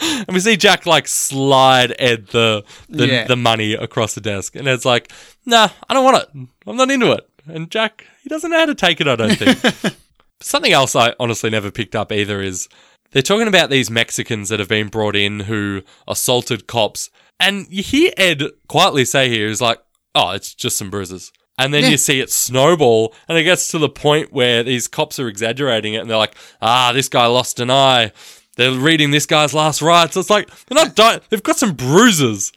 [SPEAKER 2] And we see Jack like slide Ed the the,
[SPEAKER 1] Yeah.
[SPEAKER 2] the money across the desk, and Ed's like, "Nah, I don't want it. I'm not into it." And Jack, he doesn't know how to take it. I don't think. Something else I honestly never picked up either is they're talking about these Mexicans that have been brought in who assaulted cops, and you hear Ed quietly say here is like, "Oh, it's just some bruises." And then you see it snowball, and it gets to the point where these cops are exaggerating it, and they're like, "Ah, this guy lost an eye." They're reading this guy's last rites. It's like they're not dying; they've got some bruises.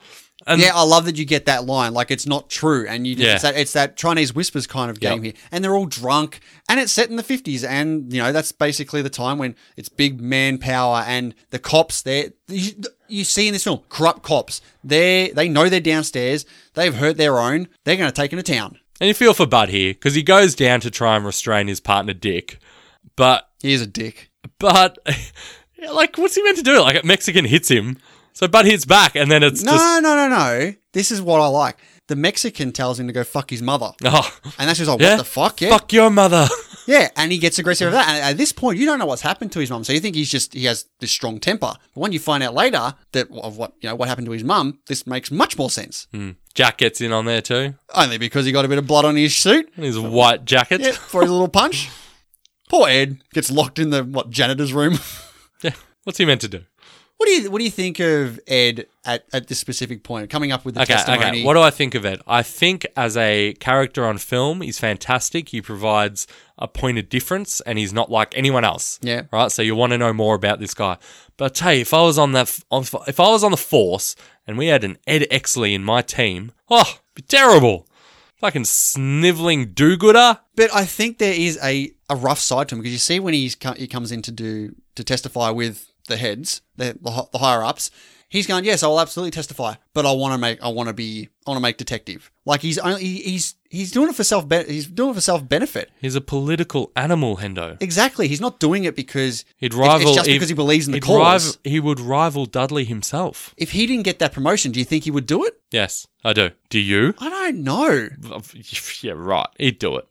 [SPEAKER 1] yeah, I love that you get that line. Like it's not true, and you
[SPEAKER 2] Yeah.
[SPEAKER 1] it's, that, it's that Chinese whispers kind of game
[SPEAKER 2] Yep.
[SPEAKER 1] here. And they're all drunk, and it's set in the fifties, and you know that's basically the time when it's big manpower and the cops. There, you, you see in this film, corrupt cops. They they know they're downstairs. They've hurt their own. They're going to take them to town.
[SPEAKER 2] And you feel for Bud here because he goes down to try and restrain his partner Dick, but
[SPEAKER 1] He is a dick.
[SPEAKER 2] But like, what's he meant to do? Like, a Mexican hits him, so Bud hits back, and then it's
[SPEAKER 1] No,
[SPEAKER 2] just
[SPEAKER 1] no, no, no. This is what I like. The Mexican tells him to go fuck his mother,
[SPEAKER 2] oh,
[SPEAKER 1] and that's just like,
[SPEAKER 2] yeah,
[SPEAKER 1] what the fuck? Yeah,
[SPEAKER 2] fuck your mother.
[SPEAKER 1] Yeah, and he gets aggressive over that. And at this point, you don't know what's happened to his mum, so you think he's just he has this strong temper. But when you find out later that of what you know what happened to his mum, this makes much more sense.
[SPEAKER 2] Jack gets in on there too,
[SPEAKER 1] Only because he got a bit of blood on his suit
[SPEAKER 2] in his white jacket.
[SPEAKER 1] yeah, for his little punch. Poor Ed gets locked in the what janitor's room.
[SPEAKER 2] Yeah. What's he meant to do?
[SPEAKER 1] what do you what do you think of Ed at, at this specific point? Coming up with the
[SPEAKER 2] Okay,
[SPEAKER 1] testimony.
[SPEAKER 2] okay. What do I think of it? I think as a character on film, he's fantastic. He provides a point of difference, and he's not like anyone else.
[SPEAKER 1] Yeah.
[SPEAKER 2] Right. So you want to know more about this guy. But I tell you, if I was on that, on- if I was on the force, and we had an Ed Exley in my team, oh, it'd be terrible. Fucking sniveling do-gooder.
[SPEAKER 1] But I think there is a, a rough side to him because you see when he's co- he comes in to do to testify with the heads, the the, hi- the higher ups, he's going, yes, I will absolutely testify, but I want to make I want to be I want to make detective. Like he's only he- he's he's doing it for self ben- he's doing it for self benefit.
[SPEAKER 2] He's a political animal, Hendo.
[SPEAKER 1] Exactly, he's not doing it because
[SPEAKER 2] He'd
[SPEAKER 1] it-
[SPEAKER 2] rival.
[SPEAKER 1] it's just
[SPEAKER 2] if-
[SPEAKER 1] because he believes in the
[SPEAKER 2] he'd
[SPEAKER 1] cause.
[SPEAKER 2] rival- he would rival Dudley himself.
[SPEAKER 1] if he didn't get that promotion, do you think he would do it?
[SPEAKER 2] Yes, I do. Do you?
[SPEAKER 1] I don't know.
[SPEAKER 2] Yeah, right. He'd do it.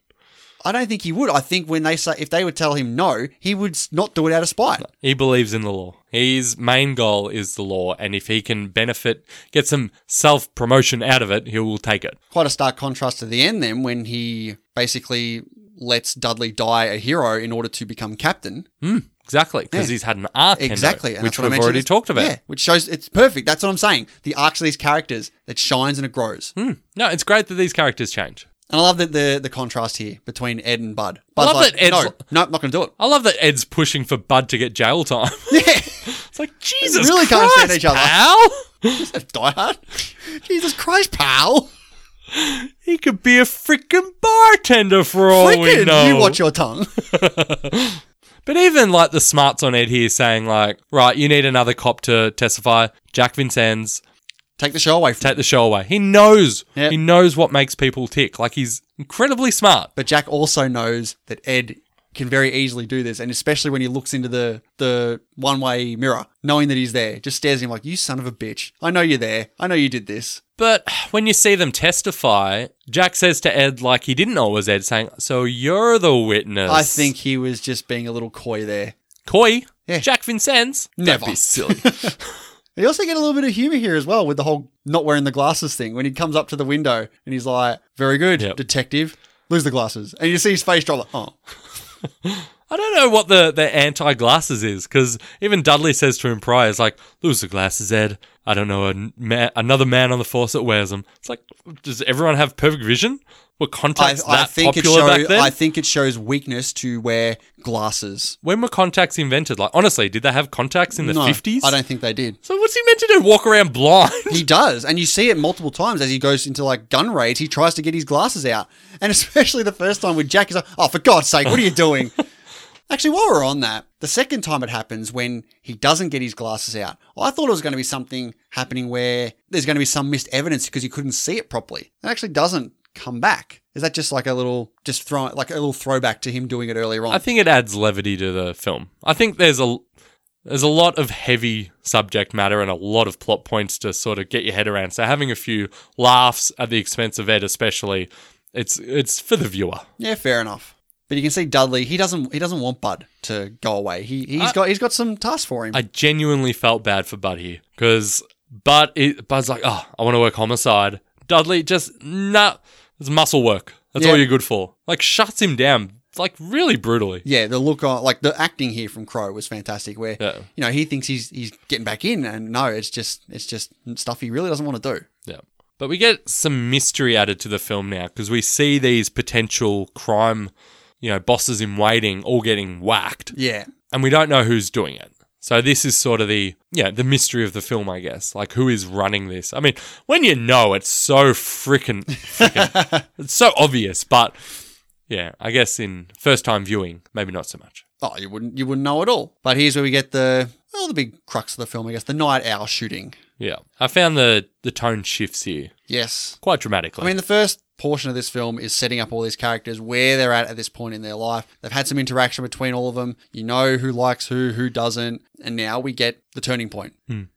[SPEAKER 1] I don't think he would. I think when they say if they would tell him no, he would s- not do it out of spite.
[SPEAKER 2] He believes in the law. His main goal is the law, and if he can benefit, get some self promotion out of it, he will take it.
[SPEAKER 1] quite a stark contrast to the end then when he basically lets Dudley die a hero in order to become captain.
[SPEAKER 2] Exactly, because
[SPEAKER 1] Yeah.
[SPEAKER 2] he's had an arc, Hendo,
[SPEAKER 1] Exactly. and
[SPEAKER 2] which
[SPEAKER 1] that's what I
[SPEAKER 2] we've
[SPEAKER 1] mentioned.
[SPEAKER 2] already talked about.
[SPEAKER 1] Yeah, which shows it's perfect. That's what I'm saying. The arcs of these characters, it shines and it grows.
[SPEAKER 2] No, it's great that these characters change.
[SPEAKER 1] And I love that the the contrast here between Ed and Bud. Bud's
[SPEAKER 2] love
[SPEAKER 1] like,
[SPEAKER 2] that Ed's-
[SPEAKER 1] no, no, I'm not going to do it.
[SPEAKER 2] I love that Ed's pushing for Bud to get jail time. it's like Jesus,
[SPEAKER 1] really can't
[SPEAKER 2] Christ,
[SPEAKER 1] stand each other.
[SPEAKER 2] pal!
[SPEAKER 1] Die hard. Jesus Christ, pal.
[SPEAKER 2] He could be a freaking bartender for all Oh, we know.
[SPEAKER 1] Freaking, you watch your tongue.
[SPEAKER 2] But even like the smarts on Ed here saying like, right, you need another cop to testify. Jack Vincennes,
[SPEAKER 1] Take the show away from
[SPEAKER 2] take the show away. He knows.
[SPEAKER 1] Yep.
[SPEAKER 2] He knows what makes people tick. Like he's incredibly smart.
[SPEAKER 1] But Jack also knows that Ed can very easily do this, and especially when he looks into the the one way mirror, knowing that he's there, just stares at him like, "You son of a bitch! I know you're there. I know you did this."
[SPEAKER 2] But when you see them testify, Jack says to Ed, like he didn't know it was Ed, saying, So you're the witness.
[SPEAKER 1] I think he was just being a little coy there.
[SPEAKER 2] Coy?
[SPEAKER 1] Yeah.
[SPEAKER 2] Jack Vincennes?
[SPEAKER 1] Never.
[SPEAKER 2] That'd be silly.
[SPEAKER 1] You also get a little bit of humor here as well with the whole not wearing the glasses thing when he comes up to the window and he's like, "Very good,
[SPEAKER 2] Yep.
[SPEAKER 1] detective. Lose the glasses," and you see his face drop. Like, oh,
[SPEAKER 2] I don't know what the, the anti glasses is, because even Dudley says to him prior, it's like, lose the glasses, Ed. I don't know, a ma- another man on the force that wears them. It's like, does everyone have perfect vision? Were
[SPEAKER 1] I,
[SPEAKER 2] contacts
[SPEAKER 1] I
[SPEAKER 2] that
[SPEAKER 1] think it
[SPEAKER 2] popular back
[SPEAKER 1] shows.
[SPEAKER 2] then?
[SPEAKER 1] I think it shows weakness to wear glasses.
[SPEAKER 2] when were contacts invented? Like, honestly, did they have contacts in the
[SPEAKER 1] No,
[SPEAKER 2] 50s?
[SPEAKER 1] I don't think they did.
[SPEAKER 2] So what's he meant to do? Walk around blind?
[SPEAKER 1] He does, and you see it multiple times as he goes into like gun raids. He tries to get his glasses out, and especially the first time with Jack is like, "Oh, for God's sake, what are you doing?" Actually, while we're on that, the second time it happens when he doesn't get his glasses out, I thought it was going to be something happening where there's going to be some missed evidence because he couldn't see it properly. It actually doesn't come back. Is that just like a little just throw like a little throwback to him doing it earlier on?
[SPEAKER 2] I think it adds levity to the film. I think there's a there's a lot of heavy subject matter and a lot of plot points to sort of get your head around. So having a few laughs at the expense of Ed, especially, it's it's for the viewer.
[SPEAKER 1] Yeah, fair enough. But you can see Dudley, he doesn't he doesn't want Bud to go away. He he's got he's got some tasks for him.
[SPEAKER 2] I genuinely felt bad for Bud here because Bud it, Bud's like, oh, I want to work homicide. Dudley just nah, it's muscle work. That's
[SPEAKER 1] Yeah.
[SPEAKER 2] all you're good for. Like shuts him down like really brutally.
[SPEAKER 1] yeah, the look on like the acting here from Crow was fantastic where
[SPEAKER 2] Yeah.
[SPEAKER 1] you know, he thinks he's he's getting back in and no, it's just it's just stuff he really doesn't want to do.
[SPEAKER 2] Yeah. But we get some mystery added to the film now because we see these potential crime, you know, bosses in waiting all getting whacked
[SPEAKER 1] Yeah.
[SPEAKER 2] and we don't know who's doing it. So this is sort of the yeah, the mystery of the film, I guess. Like who is running this? I mean, when you know it's so freaking it's so obvious, but yeah, I guess in first time viewing, maybe not so much.
[SPEAKER 1] Oh, you wouldn't you wouldn't know at all. But here's where we get the well, the big crux of the film, I guess, the night owl shooting.
[SPEAKER 2] Yeah. I found the the tone shifts here
[SPEAKER 1] Yes.
[SPEAKER 2] quite dramatically.
[SPEAKER 1] I mean, the first portion of this film is setting up all these characters, where they're at at this point in their life. They've had some interaction between all of them. You know who likes who, who doesn't. And now we get the turning point.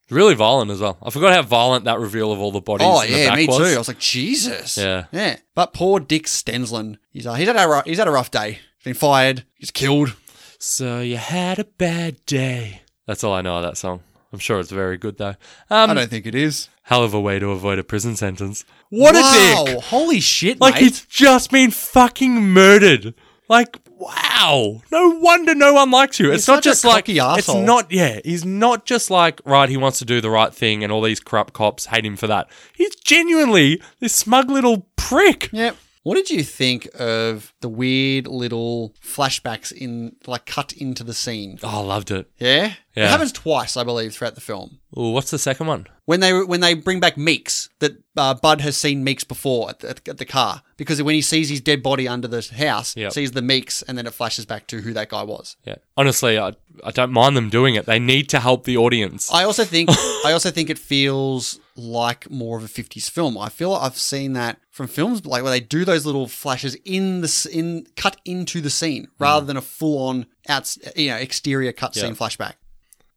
[SPEAKER 2] really violent as well. I forgot how violent that reveal of all the bodies
[SPEAKER 1] Oh,
[SPEAKER 2] in the
[SPEAKER 1] yeah,
[SPEAKER 2] back
[SPEAKER 1] me
[SPEAKER 2] was.
[SPEAKER 1] too. I was like, Jesus.
[SPEAKER 2] Yeah.
[SPEAKER 1] Yeah. But poor Dick Stensland, he's, uh, he's, had, a, rou- he's had a rough day. He's been fired. He's killed.
[SPEAKER 2] So you had a bad day. That's all I know of that song. I'm sure it's very good though.
[SPEAKER 1] I
[SPEAKER 2] Um,
[SPEAKER 1] don't think it is.
[SPEAKER 2] hell of a way to avoid a prison sentence. What
[SPEAKER 1] wow,
[SPEAKER 2] a dick!
[SPEAKER 1] Holy shit,
[SPEAKER 2] Like
[SPEAKER 1] mate.
[SPEAKER 2] he's just been fucking murdered. Like wow, no wonder no one likes you. It's
[SPEAKER 1] He's
[SPEAKER 2] not
[SPEAKER 1] such a
[SPEAKER 2] just like
[SPEAKER 1] cocky
[SPEAKER 2] it's
[SPEAKER 1] asshole.
[SPEAKER 2] not. Yeah, he's not just like right. He wants to do the right thing, and all these corrupt cops hate him for that. He's genuinely this smug little prick.
[SPEAKER 1] Yep. What did you think of the weird little flashbacks in, like, cut into the scene?
[SPEAKER 2] Oh, I loved it.
[SPEAKER 1] Yeah. It
[SPEAKER 2] Yeah.
[SPEAKER 1] happens twice, I believe, throughout the film.
[SPEAKER 2] Ooh, what's the second one?
[SPEAKER 1] when they when they bring back Meeks that uh, Bud has seen Meeks before at the, at the car because when he sees his dead body under the house,
[SPEAKER 2] Yep.
[SPEAKER 1] sees the Meeks, and then it flashes back to who that guy was.
[SPEAKER 2] Yeah. Honestly, I, I don't mind them doing it. They need to help the audience.
[SPEAKER 1] I also think I also think it feels like more of a '50s film. I feel I've seen that from films like where they do those little flashes in the s- in cut into the scene
[SPEAKER 2] Mm.
[SPEAKER 1] rather than a full on out you know exterior cut scene flashback.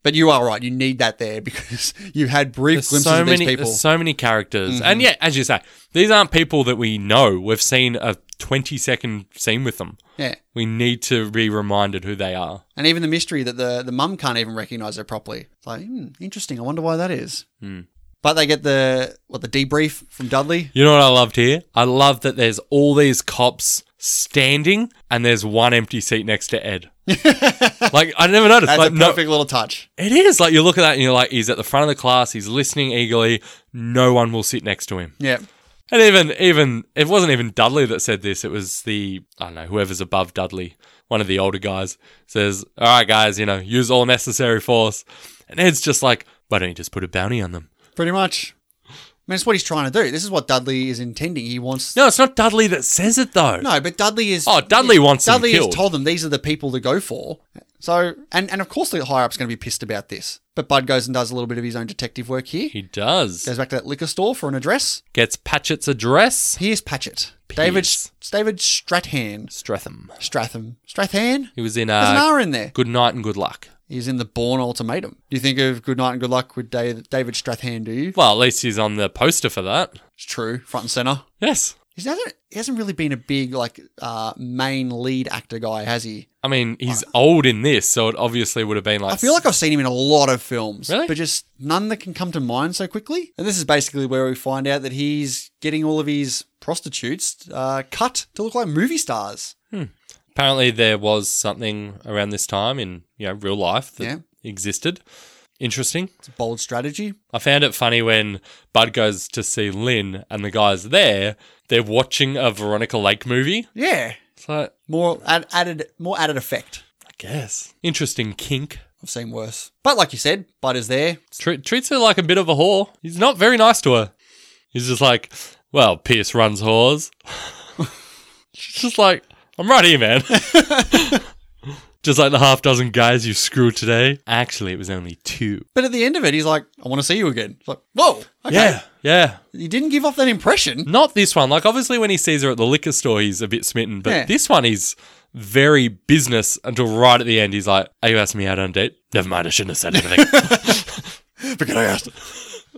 [SPEAKER 1] But you are right. You need that there because you've had brief
[SPEAKER 2] There's
[SPEAKER 1] glimpses
[SPEAKER 2] so
[SPEAKER 1] of these
[SPEAKER 2] many,
[SPEAKER 1] people. Mm-hmm.
[SPEAKER 2] there's so many characters, and yeah, as you say, these aren't people that we know. We've seen a 20 second scene with them.
[SPEAKER 1] yeah.
[SPEAKER 2] We need to be reminded who they are.
[SPEAKER 1] And even the mystery that the, the mum can't even recognize her properly. It's like, hmm, interesting. I wonder why that is.
[SPEAKER 2] Hmm.
[SPEAKER 1] But they get the what the debrief from Dudley.
[SPEAKER 2] You know what I loved here? I love that there's all these cops standing, and there's one empty seat next to Ed. like I never noticed.
[SPEAKER 1] That's
[SPEAKER 2] like
[SPEAKER 1] a
[SPEAKER 2] no,
[SPEAKER 1] perfect little touch.
[SPEAKER 2] it is like you look at that and you're like, he's at the front of the class. He's listening eagerly. No one will sit next to him.
[SPEAKER 1] Yeah.
[SPEAKER 2] And even even it wasn't even Dudley that said this. It was the I don't know whoever's above Dudley, one of the older guys says, "All right, guys, you know, use all necessary force." And Ed's just like, "Why don't you just put a bounty on them?"
[SPEAKER 1] Pretty much. I mean, it's what he's trying to do. This is what Dudley is intending. He wants
[SPEAKER 2] No, it's not Dudley that says it though.
[SPEAKER 1] No, but Dudley is.
[SPEAKER 2] Oh, Dudley wants them
[SPEAKER 1] Dudley has
[SPEAKER 2] killed.
[SPEAKER 1] told them these are the people to go for. So, and and of course the higher up's going to be pissed about this. But Bud goes and does a little bit of his own detective work here.
[SPEAKER 2] he does.
[SPEAKER 1] Goes back to that liquor store for an address.
[SPEAKER 2] Gets Patchett's address.
[SPEAKER 1] Here's Patchett. David
[SPEAKER 2] Pierce.
[SPEAKER 1] David Strathan.
[SPEAKER 2] Stratham.
[SPEAKER 1] Stratham. Strathan?
[SPEAKER 2] He was in
[SPEAKER 1] There's an
[SPEAKER 2] uh,
[SPEAKER 1] R in there.
[SPEAKER 2] Good Night and Good Luck.
[SPEAKER 1] He's in the Born Ultimatum. Do you think of Good Night and Good Luck with Dave, David Strathan, do you?
[SPEAKER 2] Well, at least he's on the poster for that.
[SPEAKER 1] It's true, front and center.
[SPEAKER 2] Yes.
[SPEAKER 1] He's hasn't, he hasn't really been a big like uh, main lead actor guy, has he?
[SPEAKER 2] I mean, he's old in this, so it obviously would have been like.
[SPEAKER 1] I feel like I've seen him in a lot of films,
[SPEAKER 2] Really?
[SPEAKER 1] but just none that can come to mind so quickly. And this is basically where we find out that he's getting all of his prostitutes uh, cut to look like movie stars.
[SPEAKER 2] apparently there was something around this time in you know real life that
[SPEAKER 1] Yeah.
[SPEAKER 2] existed. Interesting.
[SPEAKER 1] It's a bold strategy.
[SPEAKER 2] I found it funny when Bud goes to see Lynn and the guys there. They're watching a Veronica Lake movie.
[SPEAKER 1] Yeah,
[SPEAKER 2] It's like,
[SPEAKER 1] more add, added, more added effect.
[SPEAKER 2] I guess interesting kink.
[SPEAKER 1] I've seen worse, but like you said, Bud is there.
[SPEAKER 2] Tre- treats her like a bit of a whore. He's not very nice to her. He's just like, well, Pierce runs whores. She's just like, I'm right here, man. just like the half dozen guys you screwed today. Actually, it was only two.
[SPEAKER 1] But at the end of it, he's like, "I want to see you again." It's like, whoa, okay.
[SPEAKER 2] Yeah, yeah.
[SPEAKER 1] He didn't give off that impression.
[SPEAKER 2] Not this one. Like, obviously, when he sees her at the liquor store, he's a bit smitten. But
[SPEAKER 1] Yeah.
[SPEAKER 2] this one, he's very business until right at the end. He's like, Are you asking me out on a date? Never mind. I shouldn't have said anything.
[SPEAKER 1] Forget I asked.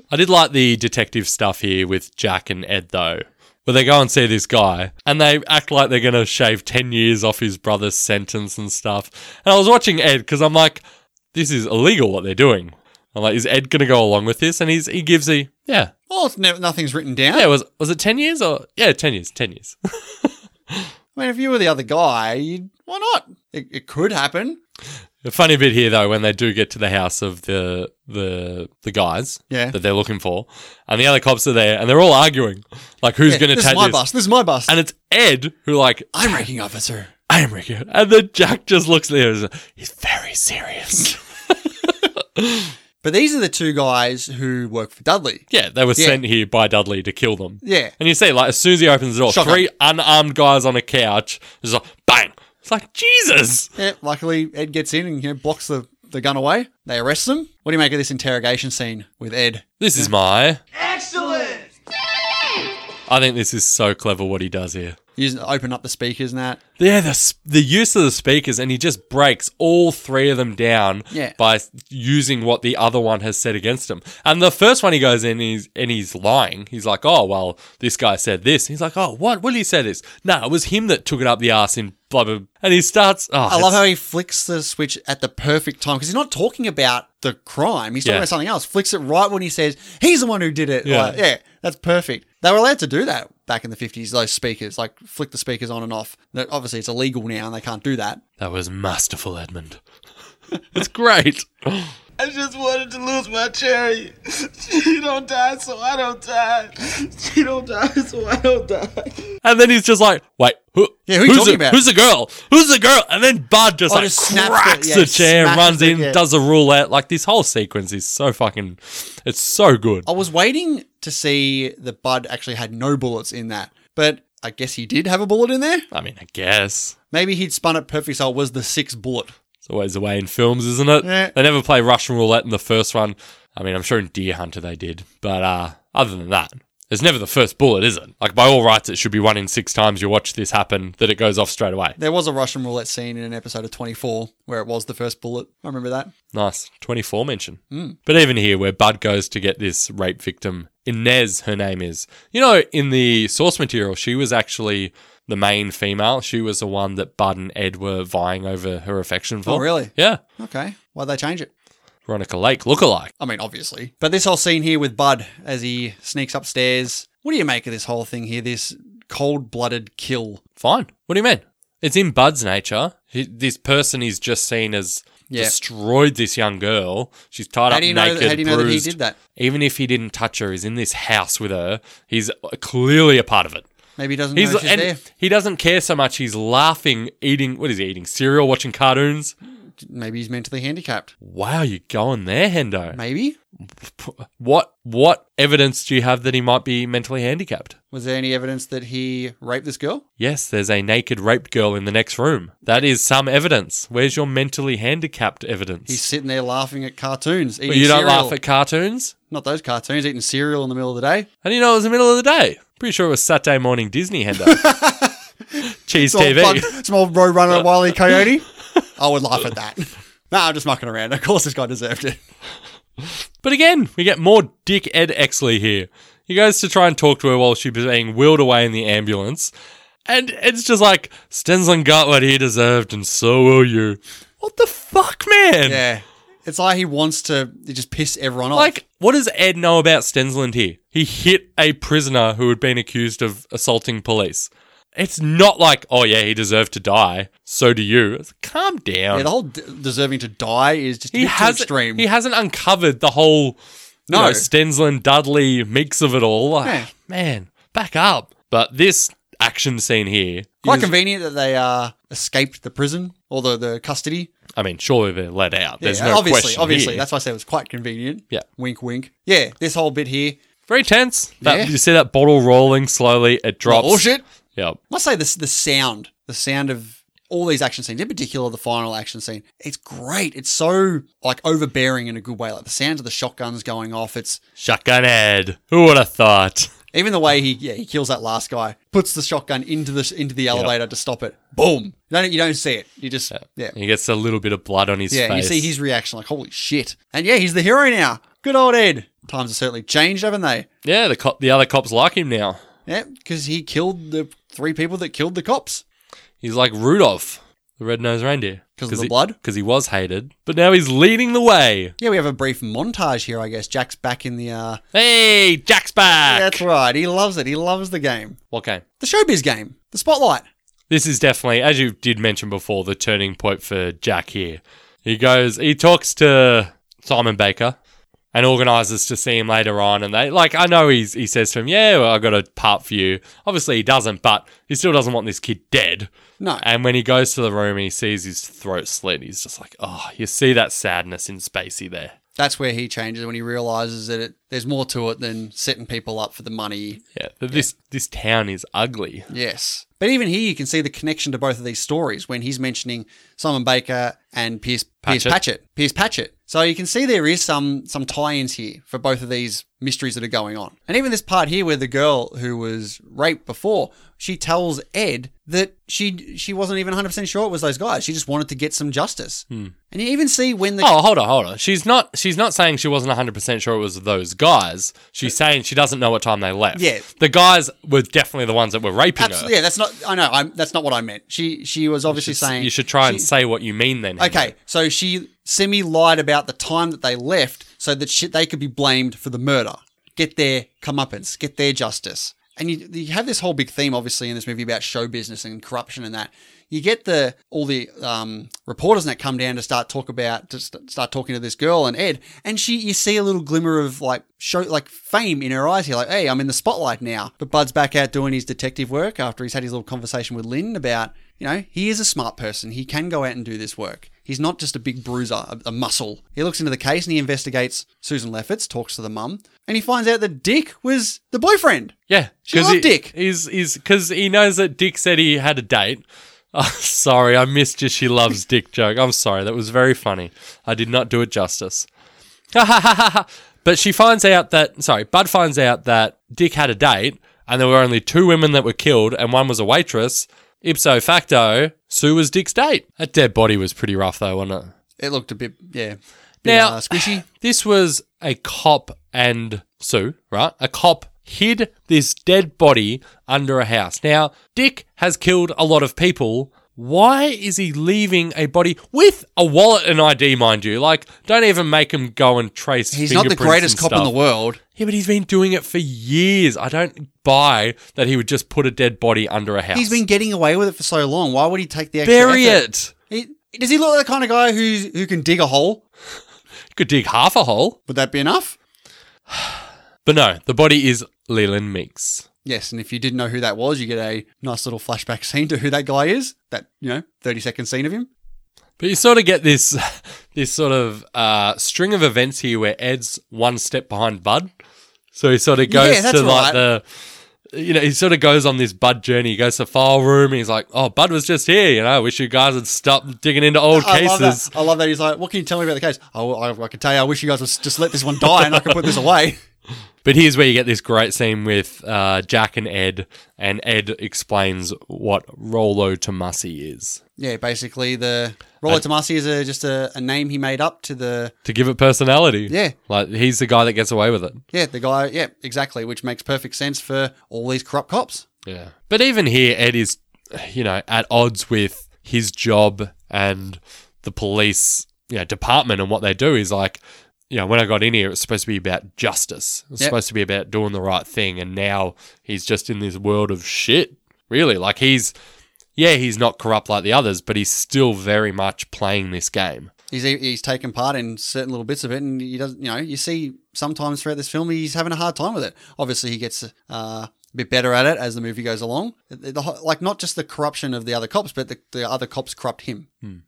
[SPEAKER 2] I did like the detective stuff here with Jack and Ed, though, where they go and see this guy and they act like they're going to shave 10 years off his brother's sentence and stuff. And I was watching Ed because I'm like, This is illegal what they're doing. I'm like, Is Ed going to go along with this? And he's, he gives a, Yeah.
[SPEAKER 1] Well, Oh, it's never, nothing's written down.
[SPEAKER 2] Yeah, was, was it 10 years or? Yeah, 10 years, 10 years.
[SPEAKER 1] I mean, if you were the other guy, you'd, why not? It, it could happen.
[SPEAKER 2] The funny bit here, though, when they do get to the house of the the the guys
[SPEAKER 1] Yeah.
[SPEAKER 2] that they're looking for, and the other cops are there, and they're all arguing, like who's
[SPEAKER 1] Yeah,
[SPEAKER 2] going to
[SPEAKER 1] this
[SPEAKER 2] take
[SPEAKER 1] is my
[SPEAKER 2] this?
[SPEAKER 1] bus. This is my bus.
[SPEAKER 2] And it's Ed who, like,
[SPEAKER 1] I'm ranking officer.
[SPEAKER 2] I am Ricky, and then Jack just looks at him. and is- He's very serious.
[SPEAKER 1] But these are the two guys who work for Dudley.
[SPEAKER 2] yeah, they were
[SPEAKER 1] Yeah.
[SPEAKER 2] sent here by Dudley to kill them.
[SPEAKER 1] Yeah.
[SPEAKER 2] and you see, like, as soon as he opens the door,
[SPEAKER 1] Shotgun.
[SPEAKER 2] three unarmed guys on a couch, just like bang. It's like Jesus.
[SPEAKER 1] Yeah, luckily, Ed gets in and you know, blocks the, the gun away. They arrest them. What do you make of this interrogation scene with Ed?
[SPEAKER 2] This is my.
[SPEAKER 5] Excellent!
[SPEAKER 2] I think this is so clever what he does here.
[SPEAKER 1] Using open up the speakers and that.
[SPEAKER 2] Yeah, the s- the use of the speakers, and he just breaks all three of them down
[SPEAKER 1] Yeah.
[SPEAKER 2] by s- using what the other one has said against him. And the first one he goes in, he's and he's lying. He's like, "Oh well, this guy said this." He's like, "Oh what? Will he say this?" No, it was him that took it up the ass in blah blah. blah." And he starts. Oh,
[SPEAKER 1] I love
[SPEAKER 2] it's-
[SPEAKER 1] how he flicks the switch at the perfect time because he's not talking about the crime. He's talking
[SPEAKER 2] Yeah.
[SPEAKER 1] about something else. Flicks it right when he says he's the one who did it.
[SPEAKER 2] Yeah.
[SPEAKER 1] Yeah, yeah, that's perfect. They were allowed to do that back in the fifties. Those speakers, like flick the speakers on and off. That- Obviously, it's illegal now, and they can't do that.
[SPEAKER 2] that was masterful, Edmund. it's great.
[SPEAKER 7] I just wanted to lose my cherry. She don't die, so I don't die. She don't die, so I don't die.
[SPEAKER 2] And then he's just like, "Wait, who?
[SPEAKER 1] Yeah, who you
[SPEAKER 2] who's
[SPEAKER 1] talking
[SPEAKER 2] the,
[SPEAKER 1] about?
[SPEAKER 2] Who's the girl? Who's the girl?" And then Bud just
[SPEAKER 1] Oh,
[SPEAKER 2] like
[SPEAKER 1] just snaps
[SPEAKER 2] cracks
[SPEAKER 1] it. Yeah,
[SPEAKER 2] the
[SPEAKER 1] he
[SPEAKER 2] chair,
[SPEAKER 1] smashes
[SPEAKER 2] runs
[SPEAKER 1] it,
[SPEAKER 2] in,
[SPEAKER 1] yeah.
[SPEAKER 2] does a roulette. Like this whole sequence is so fucking, it's so good.
[SPEAKER 1] I was waiting to see that Bud actually had no bullets in that, but I guess he did have a bullet in there.
[SPEAKER 2] I mean, I guess
[SPEAKER 1] Maybe he'd spun it perfect. So it was the sixth bullet.
[SPEAKER 2] it's always the way in films, isn't it?
[SPEAKER 1] Yeah.
[SPEAKER 2] They never play Russian roulette in the first one. I mean, I'm sure in Deer Hunter they did, but uh, other than that. It's never the first bullet, is it? Like, by all rights, it should be one in six times you watch this happen that it goes off straight away.
[SPEAKER 1] There was a Russian roulette scene in an episode of Twenty Four where it was the first bullet. I remember that.
[SPEAKER 2] Nice. 24 mention.
[SPEAKER 1] Hmm.
[SPEAKER 2] But even here, where Bud goes to get this rape victim, Inez, her name is. You know, in the source material, she was actually the main female. She was the one that Bud and Ed were vying over her affection for.
[SPEAKER 1] Oh, really?
[SPEAKER 2] Yeah.
[SPEAKER 1] Okay, why'd they change it?
[SPEAKER 2] Veronica Lake look-alike.
[SPEAKER 1] I mean, obviously. But this whole scene here with Bud as he sneaks upstairs. What do you make of this whole thing here? This cold blooded kill.
[SPEAKER 2] Fine. What do you mean? It's in Bud's nature. He, this person is just seen as
[SPEAKER 1] Yeah.
[SPEAKER 2] destroyed this young girl. She's tied
[SPEAKER 1] How
[SPEAKER 2] up
[SPEAKER 1] do you know
[SPEAKER 2] naked,
[SPEAKER 1] that, how do you know that he
[SPEAKER 2] bruised.
[SPEAKER 1] did that?
[SPEAKER 2] Even if he didn't touch her, he's in this house with her. He's clearly a part of it.
[SPEAKER 1] Maybe he doesn't
[SPEAKER 2] He's
[SPEAKER 1] know she's
[SPEAKER 2] and
[SPEAKER 1] there.
[SPEAKER 2] he doesn't care so much. He's laughing, eating. What is he eating? Cereal, watching cartoons.
[SPEAKER 1] Maybe he's mentally handicapped.
[SPEAKER 2] Wow, you going there, Hendo?
[SPEAKER 1] Maybe.
[SPEAKER 2] What what evidence do you have that he might be mentally handicapped?
[SPEAKER 1] Was there any evidence that he raped this girl?
[SPEAKER 2] Yes, there's a naked raped girl in the next room. That is some evidence. Where's your mentally handicapped evidence?
[SPEAKER 1] He's sitting there laughing at cartoons. Eating
[SPEAKER 2] Well, you don't
[SPEAKER 1] cereal.
[SPEAKER 2] laugh at cartoons.
[SPEAKER 1] Not those cartoons, eating cereal in the middle of the day.
[SPEAKER 2] How do you know it was the middle of the day? Pretty sure it was Saturday morning Disney Hendo. Cheese
[SPEAKER 1] Some old
[SPEAKER 2] TV.
[SPEAKER 1] bug- Some old Roadrunner Wile E. Coyote. I would laugh at that. Nah, I'm just mucking around. Of course, this guy deserved it.
[SPEAKER 2] But again, we get more Dick Ed Exley here. He goes to try and talk to her while she's being wheeled away in the ambulance. And it's just like, Stensland got what he deserved, and so will you. What the fuck, man?
[SPEAKER 1] Yeah. It's like he wants to he just piss everyone off.
[SPEAKER 2] Like, what does Ed know about Stensland here? He hit a prisoner who had been accused of assaulting police. It's not like, oh yeah, he deserved to die. So do you. It's like, Calm down.
[SPEAKER 1] yeah, the whole d- deserving to die is just a
[SPEAKER 2] he
[SPEAKER 1] bit too
[SPEAKER 2] has
[SPEAKER 1] extreme.
[SPEAKER 2] He hasn't uncovered the whole no
[SPEAKER 1] No.
[SPEAKER 2] Stensland Dudley mix of it all. Like,
[SPEAKER 1] Yeah.
[SPEAKER 2] Man, back up. But this action scene here,
[SPEAKER 1] Quite
[SPEAKER 2] is-
[SPEAKER 1] convenient that they uh, escaped the prison or the, the custody.
[SPEAKER 2] I mean, surely they're let out. There's
[SPEAKER 1] Yeah,
[SPEAKER 2] no
[SPEAKER 1] obviously,
[SPEAKER 2] question.
[SPEAKER 1] obviously,
[SPEAKER 2] here.
[SPEAKER 1] that's why I say it was quite convenient.
[SPEAKER 2] Yeah.
[SPEAKER 1] wink, wink. Yeah, this whole bit here.
[SPEAKER 2] very tense. That
[SPEAKER 1] Yeah. Oh,
[SPEAKER 2] you see that bottle rolling slowly. It drops.
[SPEAKER 1] Bullshit.
[SPEAKER 2] Yep.
[SPEAKER 1] I must say this the sound, the sound of all these action scenes, in particular the final action scene. It's great. It's so like overbearing in a good way. Like the sounds of the shotguns going off. It's
[SPEAKER 2] Shotgun Ed. Who would have thought?
[SPEAKER 1] even the way he yeah he kills that last guy, puts the shotgun into the into the elevator to stop it. Boom. You don't you don't see it. You just yeah
[SPEAKER 2] He gets a little bit of blood on his
[SPEAKER 1] yeah.
[SPEAKER 2] face.
[SPEAKER 1] You see his reaction like holy shit. And yeah, he's the hero now. Good old Ed. Times have certainly changed, haven't they?
[SPEAKER 2] yeah, the cop, the other cops like him now.
[SPEAKER 1] Yeah, because he killed the three people that killed the cops.
[SPEAKER 2] He's like Rudolph, the red-nosed reindeer,
[SPEAKER 1] 'Cause of the blood?
[SPEAKER 2] Because he was hated, but now he's leading the way.
[SPEAKER 1] Yeah, we have a brief montage here, I guess. Jack's back in the uh,
[SPEAKER 2] Hey, Jack's back.
[SPEAKER 1] That's right. He loves it. He loves the game.
[SPEAKER 2] Okay.
[SPEAKER 1] The showbiz game. The spotlight.
[SPEAKER 2] This is definitely, as you did mention before, the turning point for Jack here. He goes, he talks to Simon Baker and organizes to see him later on. And they, like, I know he's, he says to him, Yeah, well, I got a part for you. Obviously, he doesn't, but he still doesn't want this kid dead.
[SPEAKER 1] No.
[SPEAKER 2] And when he goes to the room and he sees his throat slit, he's just like, Oh, you see that sadness in Spacey there.
[SPEAKER 1] That's where he changes when he realizes that it, there's more to it than setting people up for the money.
[SPEAKER 2] Yeah, that this this town is ugly.
[SPEAKER 1] Yes. But even here, you can see the connection to both of these stories when he's mentioning Simon Baker and Pierce Pierce
[SPEAKER 2] Patchett.
[SPEAKER 1] Patchett. Pierce Patchett. So you can see there is some some tie-ins here for both of these mysteries that are going on. And even this part here where the girl who was raped before, she tells Ed that she she wasn't even 100% sure it was those guys. She just wanted to get some justice. And you even see when the
[SPEAKER 2] Hmm. Oh, hold on, hold on. She's not. She's not saying she wasn't one hundred percent sure it was those guys. She's saying she doesn't know what time they left.
[SPEAKER 1] Yeah.
[SPEAKER 2] the guys were definitely the ones that were raping
[SPEAKER 1] Abs-
[SPEAKER 2] her.
[SPEAKER 1] Yeah, that's not I know, I'm that's not what I meant. She she was obviously saying
[SPEAKER 2] you should try and
[SPEAKER 1] she-
[SPEAKER 2] say what you mean then. Henry.
[SPEAKER 1] Okay, so she semi lied about the time that they left so that she, they could be blamed for the murder, get their comeuppance, get their justice. And you, you have this whole big theme, obviously, in this movie about show business and corruption and that. You get the all the um, reporters and that come down to start talk about to st- start talking to this girl and Ed, and she you see a little glimmer of like show like fame in her eyes here, like hey, I'm in the spotlight now. But Bud's back out doing his detective work after he's had his little conversation with Lynn about you know he is a smart person, he can go out and do this work. He's not just a big bruiser, a, a muscle. He looks into the case and he investigates Susan Lefferts, talks to the mum, and he finds out that Dick was the boyfriend.
[SPEAKER 2] Yeah,
[SPEAKER 1] She
[SPEAKER 2] 'cause
[SPEAKER 1] loved
[SPEAKER 2] he-
[SPEAKER 1] Dick.
[SPEAKER 2] He's is because he knows that Dick said he had a date. Oh, sorry, I missed your she loves Dick joke. I'm sorry, that was very funny. I did not do it justice. but she finds out that sorry, Bud finds out that Dick had a date, and there were only two women that were killed, and one was a waitress. Ipso facto, Sue was Dick's date. That dead body was pretty rough though, wasn't it?
[SPEAKER 1] It looked a bit, yeah, bit,
[SPEAKER 2] Now,
[SPEAKER 1] uh, squishy.
[SPEAKER 2] This was a cop and Sue, right? A cop hid this dead body under a house. Now, Dick has killed a lot of people. Why is he leaving a body with a wallet and ID, mind you? Like, don't even make him go and trace.
[SPEAKER 1] He's not the
[SPEAKER 2] fingerprints
[SPEAKER 1] greatest
[SPEAKER 2] and
[SPEAKER 1] cop in the
[SPEAKER 2] stuff.
[SPEAKER 1] world.
[SPEAKER 2] Yeah, but he's been doing it for years. I don't buy that he would just put a dead body under a house.
[SPEAKER 1] He's been getting away with it for so long. Why would he take the extra
[SPEAKER 2] bury
[SPEAKER 1] effort?
[SPEAKER 2] it.
[SPEAKER 1] He, does he look like the kind of guy who's who can dig a hole?
[SPEAKER 2] Could dig half a hole,
[SPEAKER 1] Would that be enough?
[SPEAKER 2] but no. The body is Leland Meeks.
[SPEAKER 1] Yes, and if you didn't know who that was, you get a nice little flashback scene to who that guy is. That you know, thirty second scene of him.
[SPEAKER 2] But you sort of get this this sort of uh, string of events here where Ed's one step behind Bud. So he sort of goes
[SPEAKER 1] Yeah, that's
[SPEAKER 2] to like
[SPEAKER 1] right.
[SPEAKER 2] the you know, he sort of goes on this Bud journey. He goes to file room and he's like, Oh, Bud was just here, you know, I wish you guys would stop digging into old
[SPEAKER 1] I love
[SPEAKER 2] cases.
[SPEAKER 1] that. I love that. He's like, "What can you tell me about the case?" Oh, I, I can tell you. I wish you guys would just let this one die, and I can put this away.
[SPEAKER 2] But here's where you get this great scene with uh, Jack and Ed, and Ed explains what Rolo Tomasi is.
[SPEAKER 1] Yeah, basically the Rollo Tomasi is a, just a, a name he made up to the
[SPEAKER 2] To give it personality.
[SPEAKER 1] Yeah.
[SPEAKER 2] Like, he's the guy that gets away with it.
[SPEAKER 1] yeah the guy yeah exactly, which makes perfect sense for all these corrupt cops.
[SPEAKER 2] Yeah. But even here, Ed is, you know, at odds with his job and the police, you know, department and what they do. He's like, you know, when I got in here, it was supposed to be about justice. It was
[SPEAKER 1] Yep.
[SPEAKER 2] supposed to be about doing the right thing. And now he's just in this world of shit, really. Like, he's, yeah, he's not corrupt like the others, but he's still very much playing this game.
[SPEAKER 1] He's he's taken part in certain little bits of it, and he doesn't. You know, you see sometimes throughout this film he's having a hard time with it. Obviously, he gets uh, a bit better at it as the movie goes along. The- the ho- like not just the corruption of the other cops, but the, the other cops corrupt him.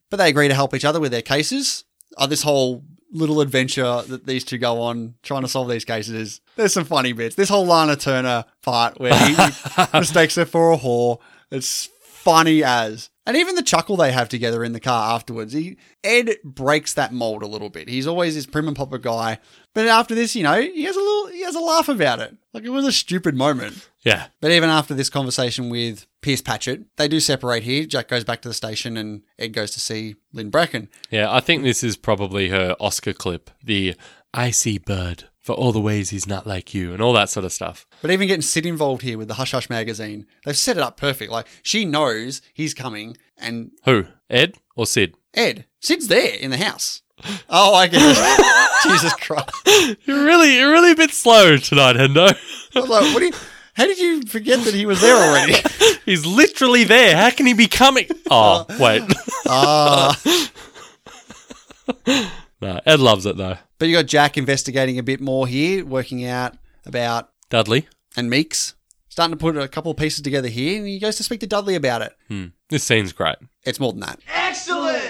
[SPEAKER 1] But they agree to help each other with their cases. Uh, this whole little adventure that these two go on trying to solve these cases is there's some funny bits. This whole Lana Turner part where he mistakes her for a whore. It's funny as. And even the chuckle they have together in the car afterwards, he, Ed breaks that mold a little bit. He's always this prim and proper guy, but after this, you know, he has a little, he has a laugh about it. Like it was a stupid moment.
[SPEAKER 2] Yeah.
[SPEAKER 1] But even after this conversation with Pierce Patchett, they do separate here. Jack goes back to the station, and Ed goes to see Lynn Bracken.
[SPEAKER 2] Yeah, I think this is probably her Oscar clip, the icy bird for all the ways he's not like you and all that sort of stuff.
[SPEAKER 1] But even getting Sid involved here with the Hush Hush magazine, they've set it up perfect. Like she knows he's coming, and
[SPEAKER 2] Who? Ed or Sid?
[SPEAKER 1] Ed, Sid's there in the house. Oh, I get it. Jesus Christ.
[SPEAKER 2] You're really, you're really a bit slow tonight, Hendo.
[SPEAKER 1] I was like, what do you? How did you forget that he was there already?
[SPEAKER 2] He's literally there. How can he be coming?
[SPEAKER 1] Ah,
[SPEAKER 2] Oh, wait. no, Ed loves it though.
[SPEAKER 1] but you got Jack investigating a bit more here, working out about
[SPEAKER 2] Dudley,
[SPEAKER 1] and Meeks starting to put a couple of pieces together here, and he goes to speak to Dudley about it.
[SPEAKER 2] this scene's great.
[SPEAKER 1] It's more than that.
[SPEAKER 7] Excellent!